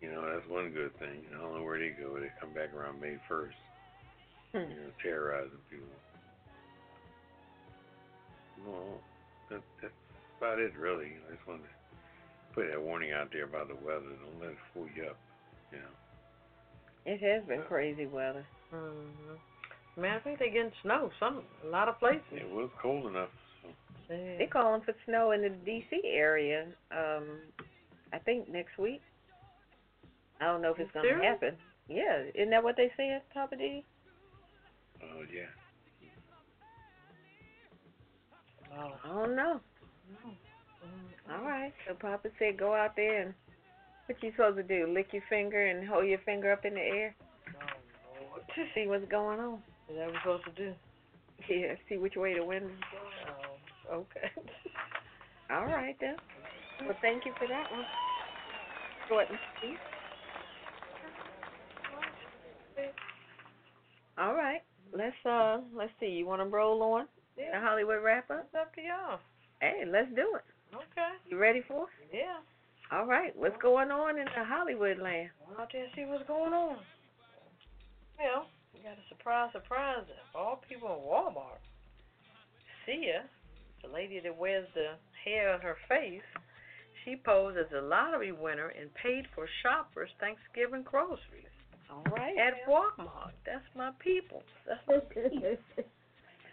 S2: You know, that's one good thing. I don't know where they go. They come back around May first.
S3: Hmm.
S2: You know, terrorizing people. Well, that, that's about it really. I just wanted to put that warning out there about the weather. Don't let it fool you up, you know.
S3: It has been crazy weather.
S4: Mm-hmm. Man, I think they're getting snow some a lot of places.
S2: It was cold enough, so
S3: They're calling for snow in the D.C. area. Um, I think next week. I don't know if
S4: You
S3: it's going to
S4: serious?
S3: happen. Yeah, isn't that what they said, Papa D?
S2: uh yeah.
S4: Oh.
S3: I don't know. All right. So Papa said, go out there and what you supposed to do? Lick your finger and hold your finger up in the air to see what's going on.
S4: Is that what we're supposed to do?
S3: Yeah, see which way the wind is
S4: Oh, okay.
S3: going. All right then. Well, thank you for that one. Short and sweet. All right. Let's uh, let's see. You want to roll on the Hollywood wrap up?
S4: It's up to y'all.
S3: Hey, let's do it.
S4: Okay.
S3: You ready for? it?
S4: Yeah.
S3: All right. What's going on in the Hollywood land?
S4: Go out there and see what's going on. Well, we got a surprise, surprise for all people in Walmart. Sia, the lady that wears the hair on her face, she posed as a lottery winner and paid for shoppers' Thanksgiving groceries
S3: All right.
S4: at Walmart. That's my people. That's my people.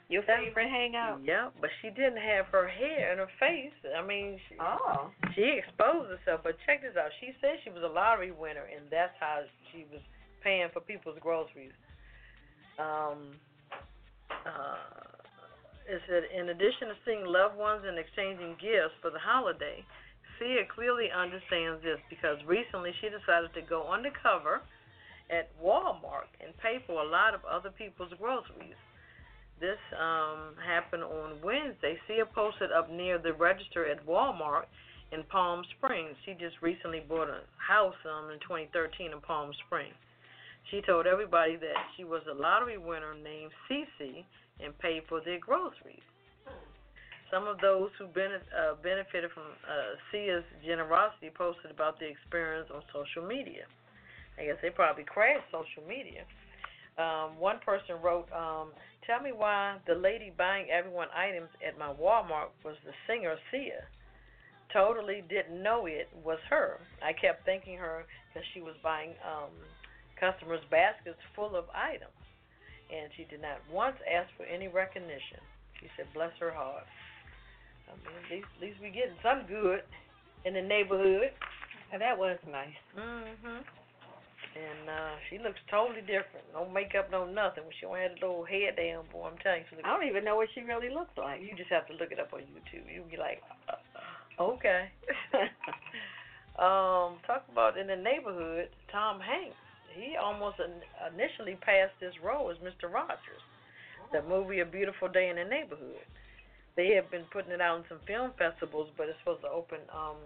S3: Your
S4: That's-
S3: favorite hangout?
S4: Yeah, but she didn't have her hair and her face. I mean, she,
S3: Oh.
S4: she exposed herself. But check this out. She said she was a lottery winner, and that's how she was paying for people's groceries. Um, uh, it said, in addition to seeing loved ones and exchanging gifts for the holiday, Sia clearly understands this because recently she decided to go undercover at Walmart and pay for a lot of other people's groceries. This um, happened on Wednesday. Sia posted up near the register at Walmart in Palm Springs. She just recently bought a house um, in 2013 in Palm Springs. She told everybody that she was a lottery winner named Cece and paid for their groceries. Some of those who bene uh, benefited from uh, Sia's generosity posted about their experience on social media. I guess they probably crashed social media. Um, one person wrote, um, Tell me why the lady buying everyone items at my Walmart was the singer Sia. Totally didn't know it was her. I kept thinking her because she was buying um, customers' baskets full of items. And she did not once ask for any recognition. She said, Bless her heart. I mean, at least, at least we're getting some good in the neighborhood.
S3: Now, that was nice.
S4: Mhm. And uh, she looks totally different. No makeup, no nothing. When she don't have the little head down, boy, I'm telling you, she looks.
S3: I don't even know what she really looks like.
S4: You just have to look it up on YouTube. You'll be like, uh-uh. okay. um, talk about in the neighborhood, Tom Hanks. He almost in, initially passed this role as Mr. Rogers. The movie A Beautiful Day in the Neighborhood. They have been putting it out in some film festivals, but it's supposed to open. Um,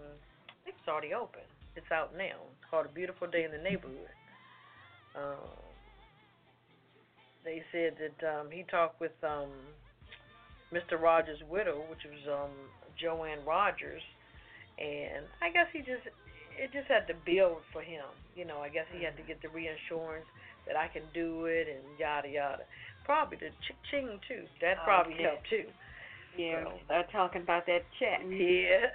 S4: I think it's already open. It's out now. It's called A Beautiful Day in the Neighborhood. Um, they said that um, he talked with um, Mr. Rogers' widow, which was um Joanne Rogers, and I guess he just it just had to build for him. You know, I guess he had to get the reinsurance that I can do it and yada yada. Probably the ching ching too. That probably
S3: Okay.
S4: helped too.
S3: Yeah,
S4: So-
S3: they're talking about that check.
S4: Yeah.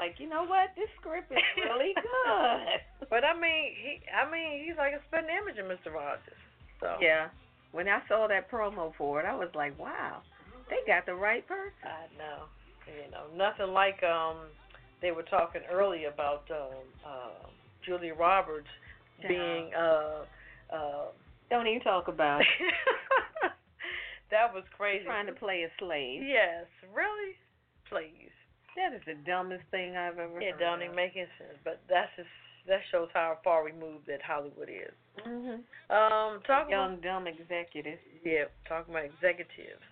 S3: Like, you know what? This script is really good.
S4: But I mean, he I mean he's like a spitting image of Mr. Rogers. So
S3: yeah. When I saw that promo for it, I was like, wow, they got the right person.
S4: I know. You know, nothing like um they were talking earlier about um uh Julia Roberts
S3: Child.
S4: being uh uh
S3: Don't even talk about it.
S4: that was crazy.
S3: Trying to play a slave.
S4: Yes, really? Please.
S3: That is the dumbest thing I've ever
S4: It
S3: heard.
S4: don't even make any sense. But that's just that shows how far removed that Hollywood is.
S3: Mm-hmm.
S4: Um talk
S3: Young,
S4: about
S3: dumb executive.
S4: Yeah, talking about executives.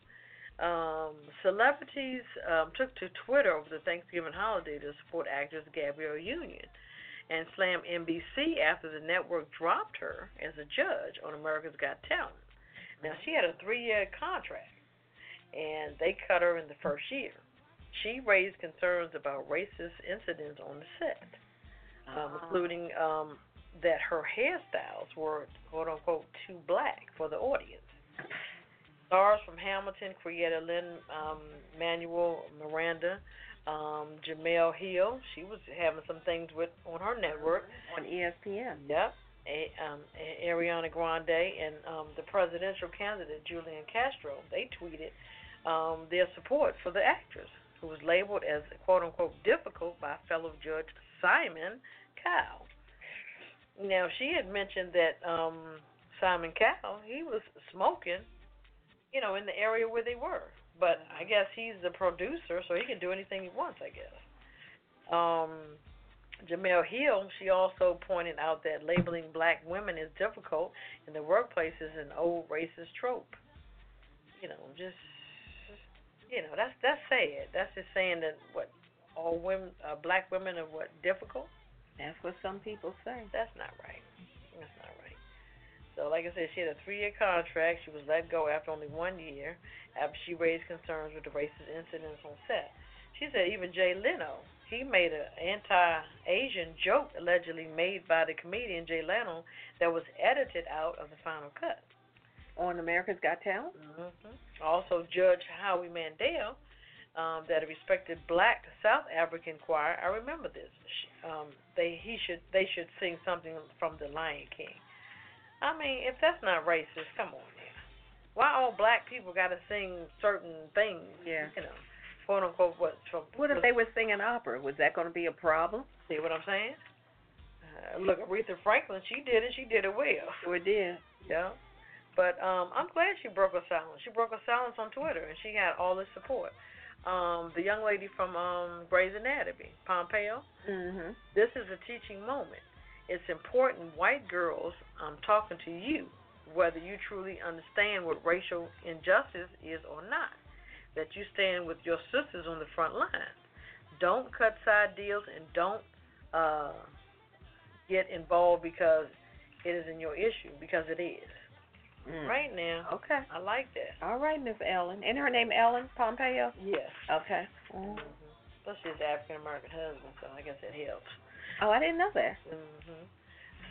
S4: Um, celebrities um, took to Twitter over the Thanksgiving holiday to support actress Gabrielle Union and slam NBC after the network dropped her as a judge on America's Got Talent. Now, she had a three year contract, and they cut her in the first year. She raised concerns about racist incidents on the set,
S3: Uh-huh. Ah.
S4: um, including um, that her hairstyles were, quote unquote, too black for the audience. Stars from Hamilton creator Lynn um, Manuel Miranda, um, Jamel Hill, she was having some things with on her network.
S3: On E ESPN.
S4: Yep. A, um, A- Ariana Grande and um, the presidential candidate Julian Castro, they tweeted um, their support for the actress, who was labeled as "quote unquote" difficult by fellow judge Simon Cowell. Now she had mentioned that um, Simon Cowell he was smoking, you know, in the area where they were. But I guess he's the producer, so he can do anything he wants. I guess. Um, Jamel Hill, she also pointed out that labeling black women is difficult in the workplace is an old racist trope. You know, just you know, that's that's sad. That's just saying that what all women, uh, black women are what difficult.
S3: That's what some people say.
S4: That's not right. That's not right. So, like I said, she had a three-year contract. She was let go after only one year after she raised concerns with the racist incidents on set. She said even Jay Leno, he made an anti-Asian joke allegedly made by the comedian Jay Leno that was edited out of the final cut.
S3: On Oh, America's Got Talent?
S4: Mm-hmm. Also, Judge Howie Mandel, um, that a respected black South African choir, I remember this. sh- Um, they he should they should sing something from The Lion King. I mean, if that's not racist, come on now. why all black people got to sing certain things?
S3: Yeah.
S4: You know, quote unquote, what's from.
S3: What if they were singing opera? Was that going to be a problem?
S4: See what I'm saying? Uh, look, Aretha Franklin, she did it. She did it well.
S3: Sure did.
S4: Yeah. But um, I'm glad she broke her silence. She broke her silence on Twitter, and she got all this support. Um, the young lady from um, Grey's Anatomy, Pompeo,
S3: Mhm.
S4: this is a teaching moment. It's important, white girls, I'm talking to you, whether you truly understand what racial injustice is or not, that you stand with your sisters on the front line. Don't cut side deals and don't uh, get involved because it is in your issue, because it is.
S3: Mm.
S4: Right now.
S3: Okay.
S4: I like that.
S3: All right, Miss Ellen. And her name Ellen Pompeo.
S4: Yes.
S3: Okay.
S4: Mm-hmm.
S3: Mm.
S4: Plus, she's African American husband, so I guess it helps.
S3: Oh, I didn't know that.
S4: hmm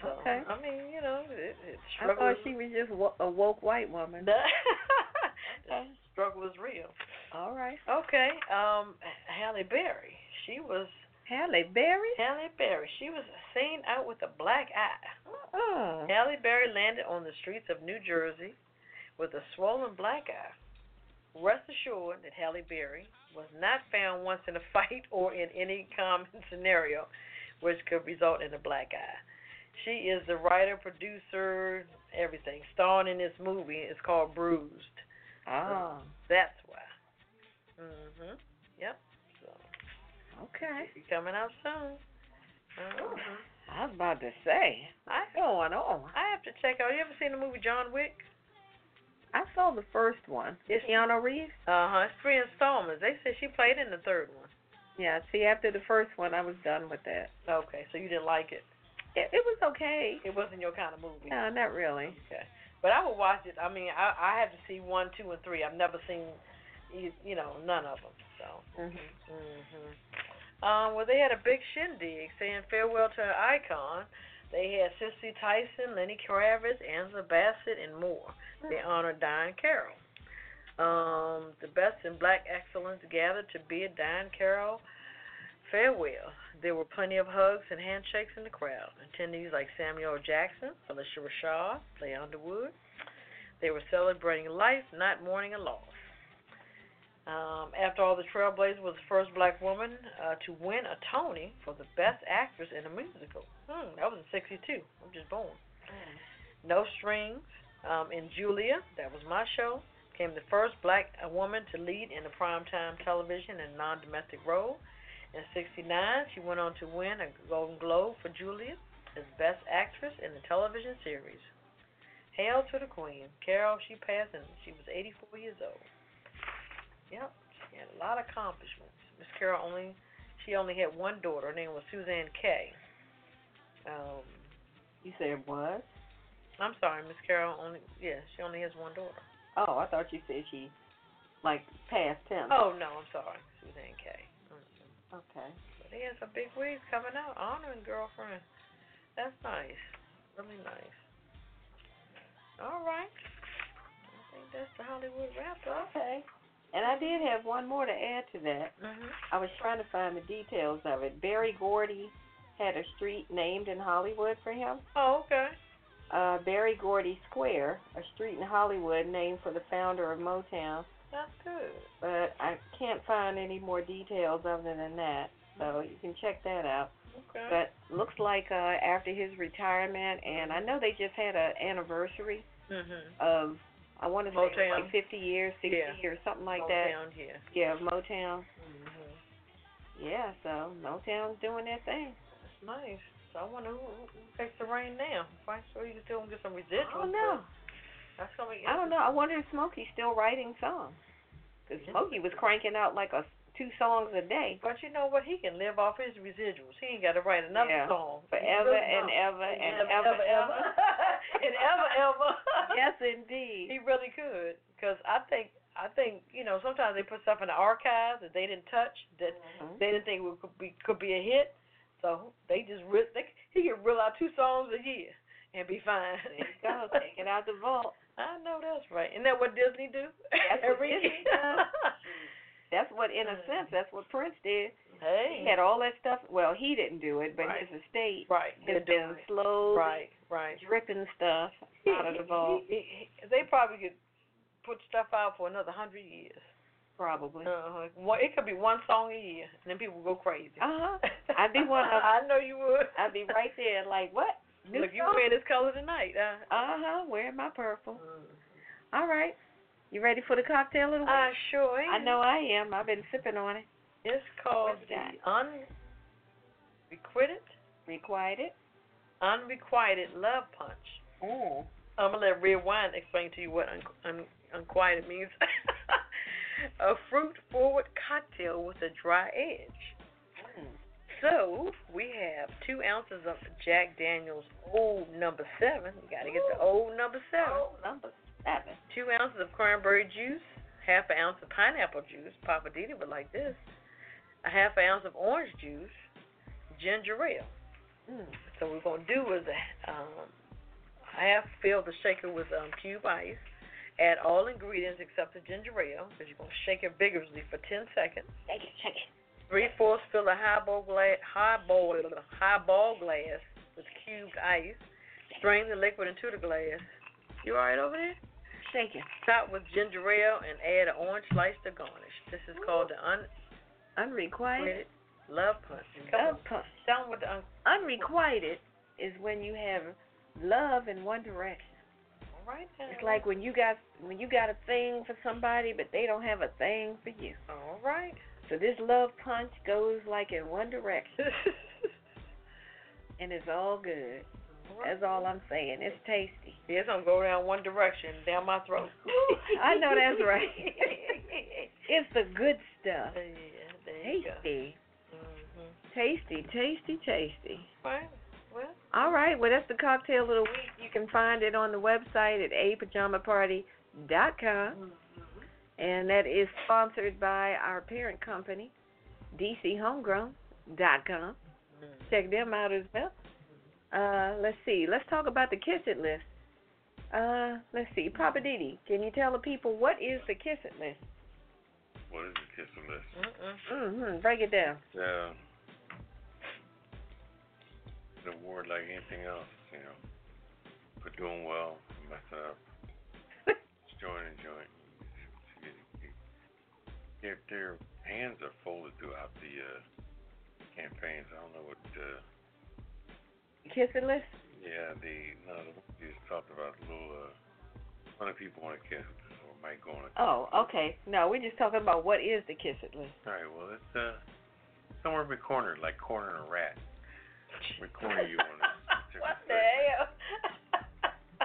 S4: So,
S3: Okay.
S4: I mean, you know, it, it
S3: I
S4: struggle.
S3: thought she was just wo- a woke white woman.
S4: The struggle is real.
S3: All right.
S4: Okay. Um, Halle Berry. She was
S3: Halle Berry.
S4: Halle Berry. She was seen out with a black eye.
S3: Oh.
S4: Halle Berry landed on the streets of New Jersey with a swollen black eye. Rest assured that Halle Berry was not found once in a fight or in any common scenario which could result in a black eye. She is the writer, producer, everything, starring in this movie. It's called Bruised.
S3: Oh.
S4: That's why. Mhm. Yep. So
S3: Okay.
S4: be coming out soon. Mhm.
S3: I was about to say.
S4: I
S3: What's going on?
S4: I have to check out. You ever seen the movie John Wick?
S3: I saw the first one.
S4: It's-
S3: Keanu Reeves?
S4: Uh huh. It's three installments. They said she played in the third one.
S3: Yeah. See, after the first one, I was done with that.
S4: Okay, so you didn't like it. Oh.
S3: It, it was okay.
S4: It wasn't your kind of movie.
S3: No, not really.
S4: Okay. But I would watch it. I mean, I I have to see one, two, and three. I've never seen, you, you know, none of them. So.
S3: Mhm.
S4: Mhm. Um. Well, they had a big shindig saying farewell to an icon. They had Cicely Tyson, Lenny Kravitz, Angela Bassett, and more. They honored Diane Carroll. Um, the best in black excellence gathered to bid Diane Carroll farewell. There were plenty of hugs and handshakes in the crowd. Attendees like Samuel Jackson, Felicia Rashad, Clay Underwood. They were celebrating life, not mourning a loss. Um, after all, the Trailblazer was the first black woman uh, to win a Tony for the best actress in a musical. Hmm, that was in '62. I'm just born. No Strings, um, and Julia, that was my show, became the first black uh, woman to lead in a primetime television and non domestic role. In 69, she went on to win a Golden Globe for Julia as Best Actress in the television series. Hail to the Queen. Carol, she passed and she was 84 years old. Yep, she had a lot of accomplishments. Miss Carol only, she only had one daughter. Her name was Suzanne Kay. Um,
S3: You said what?
S4: I'm sorry, Miss Carol only, yeah, she only has one daughter.
S3: Oh, I thought you said she, like, past him.
S4: Oh, no, I'm sorry, Suzanne Kay. Mm-mm.
S3: Okay.
S4: But he has a big wig coming out, honoring girlfriend. That's nice. Really nice. All right. I think that's the Hollywood wrap up.
S3: Okay. And I did have one more to add to that.
S4: Mhm.
S3: I was trying to find the details of it. Barry Gordy had a street named in Hollywood for him.
S4: Oh, okay.
S3: Uh, Barry Gordy Square, a street in Hollywood named for the founder of Motown.
S4: That's good.
S3: But I can't find any more details other than that. So you can check that out.
S4: Okay.
S3: But looks like uh, after his retirement, and I know they just had an anniversary
S4: mhm.
S3: of I want to say it was
S4: Motown.
S3: like 50 years, 60
S4: Yeah.
S3: years, something like
S4: Go
S3: that.
S4: down here.
S3: Yeah, of Motown.
S4: Mhm.
S3: Yeah, so Motown's doing their thing.
S4: That's nice. So I wonder who, who who takes the reign now. If I sure you can still get some
S3: I
S4: residuals.
S3: don't know.
S4: but That's gonna be
S3: I don't know. I wonder if Smokey's still writing songs. Because Smokey was cranking out like a two songs a day.
S4: But you know what? He can live off his residuals. He ain't got to write another
S3: Yeah.
S4: song. He
S3: Forever
S4: really
S3: and
S4: don't.
S3: ever
S4: And
S3: and ever.
S4: ever. and ever, ever.
S3: Yes, indeed.
S4: He really could, because I think I think you know sometimes they put stuff in the archives that they didn't touch that
S3: Mhm.
S4: they didn't think would, could be could be a hit, so they just re- they, he could reel out two songs a year and be fine.
S3: There you go. Take it out the vault.
S4: I know that's right. Isn't that what Disney do
S3: That's what
S4: every
S3: Disney
S4: year?
S3: does. That's what, in a sense, that's what Prince did.
S4: hey,
S3: He had all that stuff. Well, he didn't do it, but
S4: Right.
S3: his estate
S4: right.
S3: has
S4: they're
S3: been
S4: doing it.
S3: slowly
S4: right, right.
S3: dripping stuff out of the vault.
S4: He- he- he- they probably could put stuff out for another hundred years.
S3: probably.
S4: Uh-huh. One- It could be one song a year, and then people go crazy.
S3: Uh-huh. I'd be one of-
S4: I know you would.
S3: I'd be right there, like what? New
S4: Look, you
S3: song?
S4: wearing this color tonight. Uh,
S3: Uh huh. Wearing my purple. All right. You ready for the cocktail of the week?
S4: I sure am.
S3: Mm-hmm. Uh, I know I am. I've been sipping on it.
S4: It's called
S3: What's that?
S4: the un- requited,
S3: Requited.
S4: unrequited love punch.
S3: Oh.
S4: I'm gonna let Red Wine explain to you what un- un- unquiet means. a fruit forward cocktail with a dry edge. So we have two ounces of Jack Daniel's Old Number Seven. You gotta get the Old Number Seven.
S3: Oh, number seven.
S4: Two ounces of cranberry juice, half an ounce of pineapple juice. Papa Didi would like this. A half an ounce of orange juice, ginger ale.
S3: Mm.
S4: So what we're gonna do is um, half fill the shaker with um, cube ice. Add all ingredients except the ginger ale, because you're gonna shake it vigorously for 10 seconds.
S3: Shake it, shake it.
S4: Three fourths fill a highball glass, highball, highball glass with cubed ice. Strain the liquid into the glass. You all right over there?
S3: Shake it.
S4: Top with ginger ale and add an orange slice to garnish. This is called the
S3: Unrequited.
S4: unrequited love punch. Come on,
S3: love punch.
S4: tell 'em what the un-
S3: Unrequited is when you have love in one direction.
S4: all right now.
S3: It's like when you got when you got a thing for somebody, but they don't have a thing for you.
S4: all right.
S3: So this love punch goes like in one direction, and it's all good. That's all I'm saying. It's tasty.
S4: Yes, I'm going down one direction, down my throat.
S3: I know that's right. it's the good stuff.
S4: Yeah, there you go.
S3: Tasty,
S4: Mhm.
S3: tasty, tasty, tasty.
S4: Right. Well,
S3: All right. Well, that's the cocktail of the week. You can find it on the website at apajamaparty.com. And that is sponsored by our parent company, DCHomegrown.com. Check them out as well. Uh, let's see. Let's talk about the Kiss It list. Uh, let's see. Papa Didi, can you tell the people what is the Kiss It list?
S2: What is the kissing list?
S4: mm-mm.
S3: Mm-hmm. Break it down.
S2: Uh, an award like anything else, you know, for doing well, messing up, just join and join. Their, their hands are folded throughout the uh, campaigns. I don't know what, uh,
S3: Kiss It list?
S2: yeah, the, no, the one you just talked about, the little, uh, one of the people want to kiss or might go on a
S3: Oh, okay. No, we're just talking about what is the Kiss It list.
S2: All right, well, it's uh, somewhere in the corner, like cornering a rat. We corner you on it.
S4: what the hell?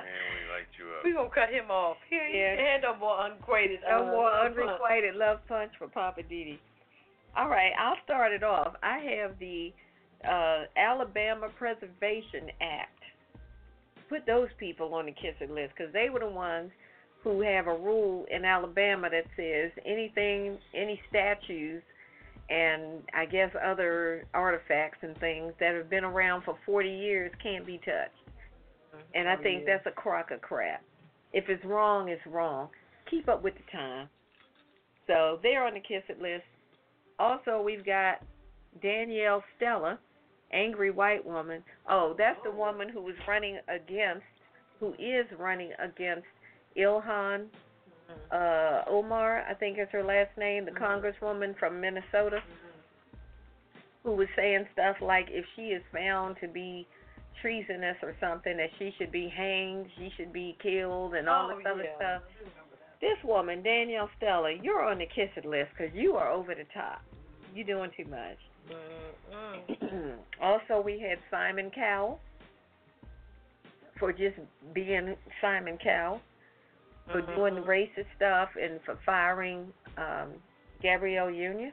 S2: Man, we liked you up.
S4: we gonna cut him off. Here,
S3: Yeah.
S4: yeah. and no more ungraded.
S3: No
S4: uh,
S3: more
S4: love punch.
S3: unrequited love punch for Papa Didi. All right, I'll start it off. I have the uh, Alabama Preservation Act. Put those people on the kissing list because they were the ones who have a rule in Alabama that says anything, any statues, and I guess other artifacts and things that have been around for 40 years can't be touched. And I think that's a crock of crap. If it's wrong, it's wrong. Keep up with the time. So they're on the Kiss It list. Also, we've got Danielle Stella, angry white woman. Oh, that's the woman who was running against, who is running against Ilhan uh, Omar, I think is her last name,
S4: Mm-hmm.
S3: the congresswoman from Minnesota, who was saying stuff like if she is found to be treasonous or something, that she should be hanged, she should be killed, and all
S4: Oh,
S3: this other
S4: yeah.
S3: stuff. This woman, Danielle Stella, you're on the kiss it list because you are over the top. You're doing too much.
S4: Mm-mm.
S3: also, we had Simon Cowell for just being Simon Cowell, for
S4: Mhm.
S3: doing racist stuff and for firing um, Gabrielle Union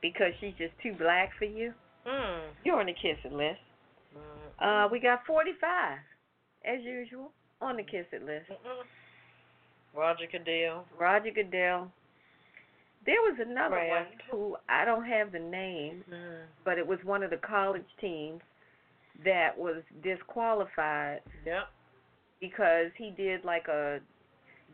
S3: because she's just too black for you.
S4: Mm.
S3: You're on the kissing list. Uh, we got 45, as usual, on the kissing list.
S4: Mm-mm. Mm-hmm. Roger Cadell.
S3: Roger Goodell. There was another
S4: Kraft.
S3: one who I don't have the name,
S4: Mm.
S3: but it was one of the college teams that was disqualified
S4: Yep.
S3: because he did like a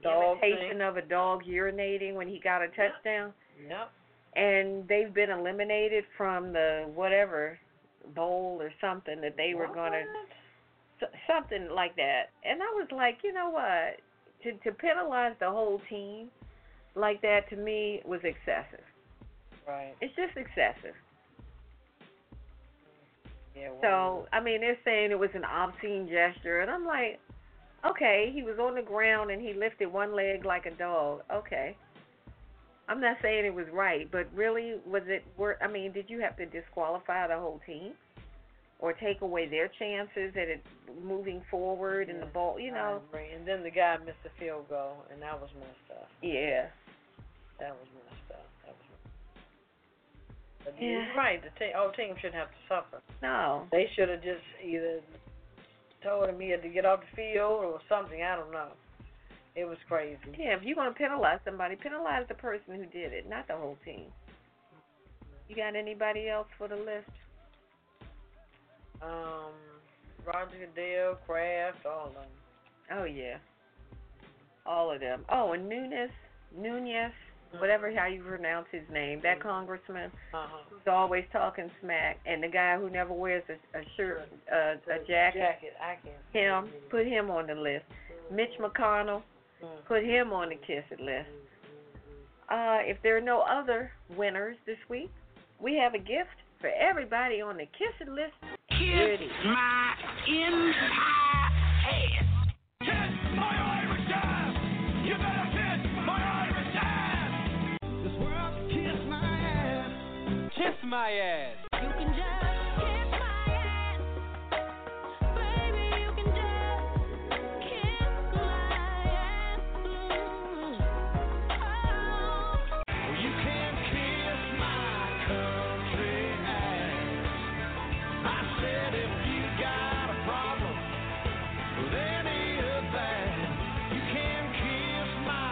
S4: Dog
S3: imitation
S4: thing.
S3: of a dog urinating when he got a touchdown,
S4: Yep.
S3: and they've been eliminated from the whatever bowl or something that they were going to
S4: What?
S3: something like that. And I was like, you know what? to to penalize the whole team like that to me was excessive.
S4: Right.
S3: It's just excessive.
S4: Yeah.
S3: So I mean, they're saying it was an obscene gesture, and I'm like, okay, he was on the ground and he lifted one leg like a dog. Okay. I'm not saying it was right, but really, was it? Were I mean, did you have to disqualify the whole team, or take away their chances at it moving forward and the ball? You know,
S4: And then the guy missed the field goal, and that was messed up.
S3: yeah.
S4: That was messed up. That was. Messed up. But
S3: Yeah.
S4: You're right. The team, whole team shouldn't have to suffer.
S3: No,
S4: They should have just either told him he had to get off the field or something. I don't know. It was crazy.
S3: Yeah, if you're gonna penalize somebody, penalize the person who did it, not the whole team. You got anybody else for the list?
S4: Um, Roger Goodell, Kraft, all of them.
S3: Oh yeah, all of them. Oh, and Nunes, Nunez, whatever how you pronounce his name, that congressman
S4: Uh-huh.
S3: who's always talking smack, and the guy who never wears a, a shirt, uh, a jacket.
S4: Jacket. I can't.
S3: Him, put him on the list. Mitch McConnell,
S4: Mm.
S3: put him on the kiss it list. Uh, if there are no other winners this week, we have a gift for everybody on the kiss it list. Here it is.
S10: my entire head. Kiss my Irish ass! You better kiss my Irish ass! This world kiss my ass. Kiss my ass.
S11: You can just kiss my ass, baby. You can just kiss my ass. Oh,
S10: Well, you can't kiss my country ass. I said if you got a problem with any of that, you can kiss my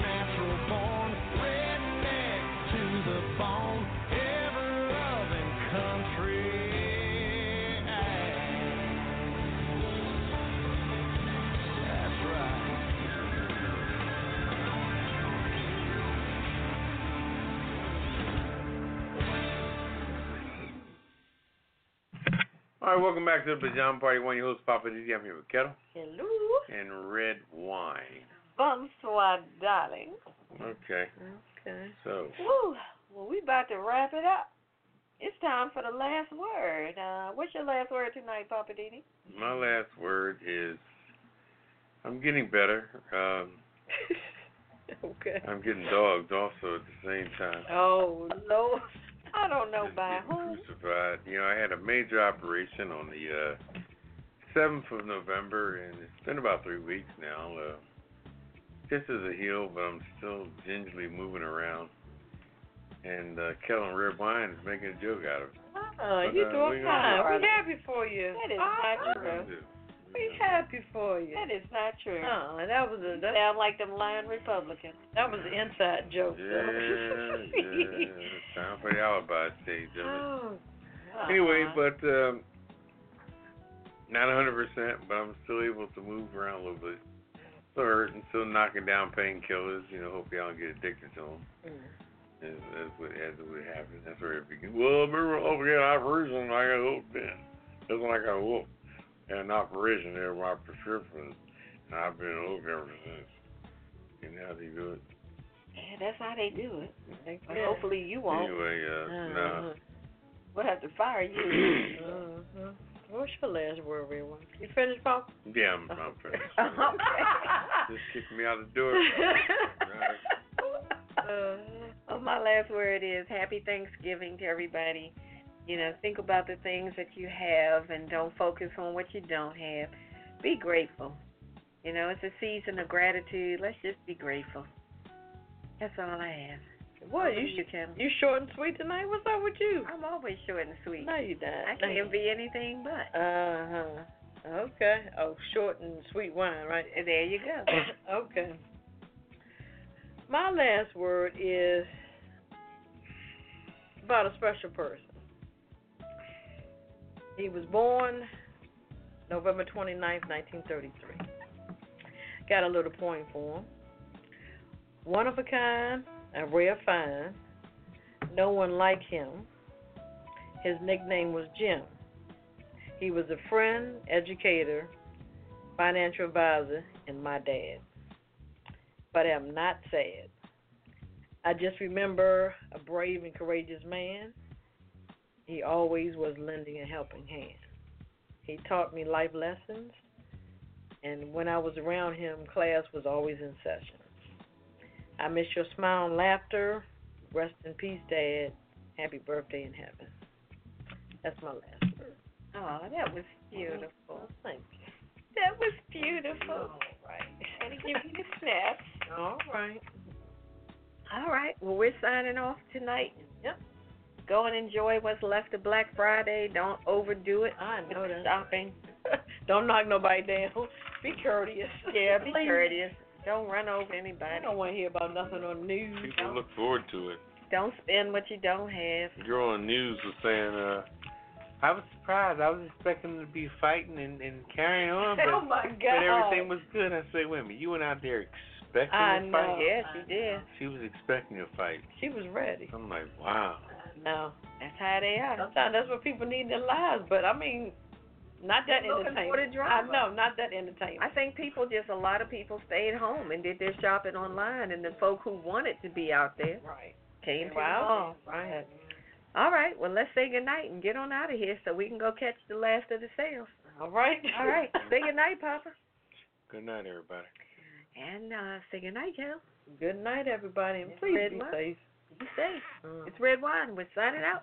S10: natural born redneck to the bone, ever loving country ass. That's right.
S2: All right, welcome back to the Pajama Party. One of your hosts, Papa DZ. I'm here with Kettle
S4: Hello.
S2: and Red Wine.
S4: Bonsoir, darling.
S2: Okay,
S4: Okay.
S2: so
S3: Woo! Well, we about to wrap it up. It's time for the last word. Uh, what's your last word tonight, Papa Didi?
S2: my last word is I'm getting better. Um,
S4: Okay.
S2: I'm getting dogged also at the same time.
S4: Oh Lord.
S3: I don't know
S2: Just
S3: by
S2: getting
S3: who.
S2: Crucified. You know, I had a major operation on the uh, 7th of November, and it's been about three weeks now. Uh, this is a heel, but I'm still gingerly moving around. And uh, Kellen Red Wine is making a joke out of it.
S4: Uh,
S2: But,
S4: you
S2: uh, we
S4: doing
S2: gonna-
S4: fine. We're happy for you.
S3: That is
S4: Uh-huh.
S3: not
S2: We're gonna
S3: true.
S2: do it. We're gonna do
S4: We're
S2: it.
S4: happy for you.
S3: That is not true.
S4: Uh, that was a
S3: You
S4: that,
S3: sound like them lying Republicans.
S4: that was an inside joke.
S2: Yeah, yeah. It's time for the alibi stage. isn't it?
S4: oh, God.
S2: Anyway, but um, not 100%, but I'm still able to move around a little bit. Still hurting, still knocking down painkillers. You know, hope y'all don't get addicted to them.
S4: Mm.
S2: As, as, what, as it would happen. That's where it begins. Well, remember, oh, yeah, operation, I got hooked in. That's when I got hooked. Had an operation there, my prescription, and I've been hooked ever since. And how they do it.
S3: Yeah, that's how they do it.
S4: They
S3: But
S4: did.
S3: hopefully you won't. Uh-huh.
S2: Anyway, uh,
S3: mm-hmm.
S2: no.
S3: We'll have to fire you.
S4: Uh-huh. What's your last word, everyone? You finished, Pop?
S2: Yeah, I'm, I'm finished. Just kicked me out the door. Right.
S4: Uh,
S3: Well, Oh, my last word is happy Thanksgiving to everybody. You know, think about the things that you have and don't focus on what you don't have. Be grateful. You know, it's a season of gratitude. Let's just be grateful. That's all I have.
S4: what?
S3: Over to
S4: You,
S3: you Kim?
S4: you short and sweet tonight? What's up with you?
S3: I'm always short and sweet.
S4: No, you not.
S3: I can't be anything but.
S4: Uh huh. Okay. Oh, short and sweet wine, right? Eh,
S3: There you go.
S4: okay. My last word is about a special person. He was born November 29th, 1933. Got a little point for him. One of a kind, a rare find. No one like him. His nickname was Jim. He was a friend, educator, financial advisor, and my dad. but am not sad. I just remember a brave and courageous man. He always was lending a helping hand. He taught me life lessons, and when I was around him, class was always in session. I miss your smile and laughter. Rest in peace, Dad. Happy birthday in heaven. That's my last word.
S3: Oh, that was beautiful.
S4: Thank you.
S3: That was beautiful.
S4: Right.
S3: Got to give you the snap.
S4: All right.
S3: All right. Well, we're signing off tonight.
S4: Yep.
S3: Go and enjoy what's left of Black Friday. Don't overdo it.
S4: I know that.
S3: Stopping.
S4: Don't knock nobody down. Be courteous.
S3: Yeah, be
S4: Please.
S3: courteous. Don't run over
S4: I
S3: anybody.
S4: don't want to hear about nothing on the news.
S2: People look forward to it.
S3: Don't spend what you don't have.
S2: The girl on the news was saying, uh, I was surprised. I was expecting them to be fighting and, and carrying on, but,
S4: Oh my
S2: but everything
S4: God.
S2: was good. I said, wait a minute, you went out there expecting
S4: I
S2: a
S4: know.
S2: fight?
S3: Yes, you did.
S2: She was expecting a fight.
S4: She was ready.
S2: I'm like, wow.
S4: No.
S3: That's how they are.
S4: Sometimes that's what people need in their lives, but I mean, not that
S3: Looking for
S4: entertainment.
S3: the drama.
S4: I know, not that entertainment.
S3: I think people just a lot of people stayed home and did their shopping online, and the folk who wanted to be out there
S4: right.
S3: came to the
S4: Wow.
S3: mall.
S4: Right.
S3: All right. Well, let's say goodnight and get on out of here so we can go catch the last of the sales.
S4: All right.
S3: All right. say goodnight, Papa.
S2: Good night, everybody.
S3: And uh, say goodnight, Cal.
S4: Good night, everybody, and
S3: It's
S4: please
S3: red
S4: be
S3: light.
S4: safe.
S3: Be safe.
S4: Mm.
S3: It's Red Wine. We're signing out.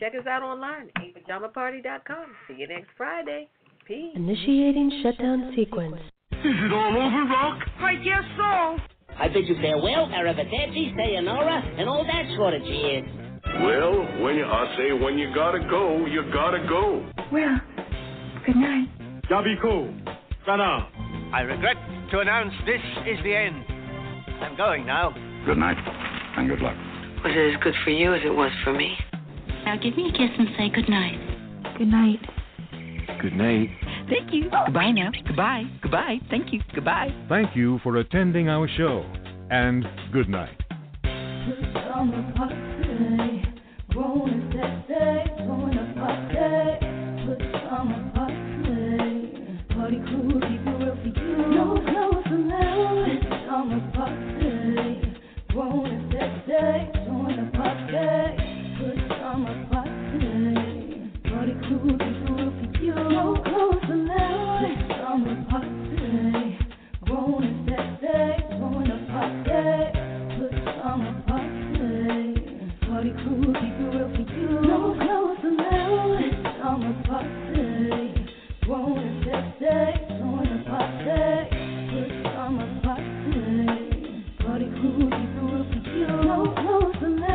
S3: Check us out online, apajamaparty.com. See you next Friday. Peace.
S1: Initiating shutdown sequence.
S6: Is it all over, Rock?
S7: I guess so.
S12: I bid you farewell, Arrivederci, sayonara, and all that sort of jazz.
S6: Well, when you, I say when you gotta go, you gotta go.
S9: Well, good night.
S6: Yabiko, Sana.
S12: I regret to announce this is the end. I'm going now.
S13: Good night, and good luck.
S12: Was it as good for you as it was for me?
S14: Now give me a kiss and say goodnight. Good night.
S15: Good night.
S14: Thank you. Bye now. Goodbye. Goodbye. Thank you. Goodbye.
S15: Thank you for attending our show, and good night.
S11: Party cool, keep it real for you. No clothes allowed. It's summer party. Grown is that day, join the party. Good summer party. Party cool, keep it real for you. No clothes allowed. It's summer party. Grown is that day, join the party. Good summer party. Party cool, keep it real for you. No clothes allowed. It's summer party. Grown is that day, join the party. Good summer party. Party cool, keep it real for you. No clothes allowed.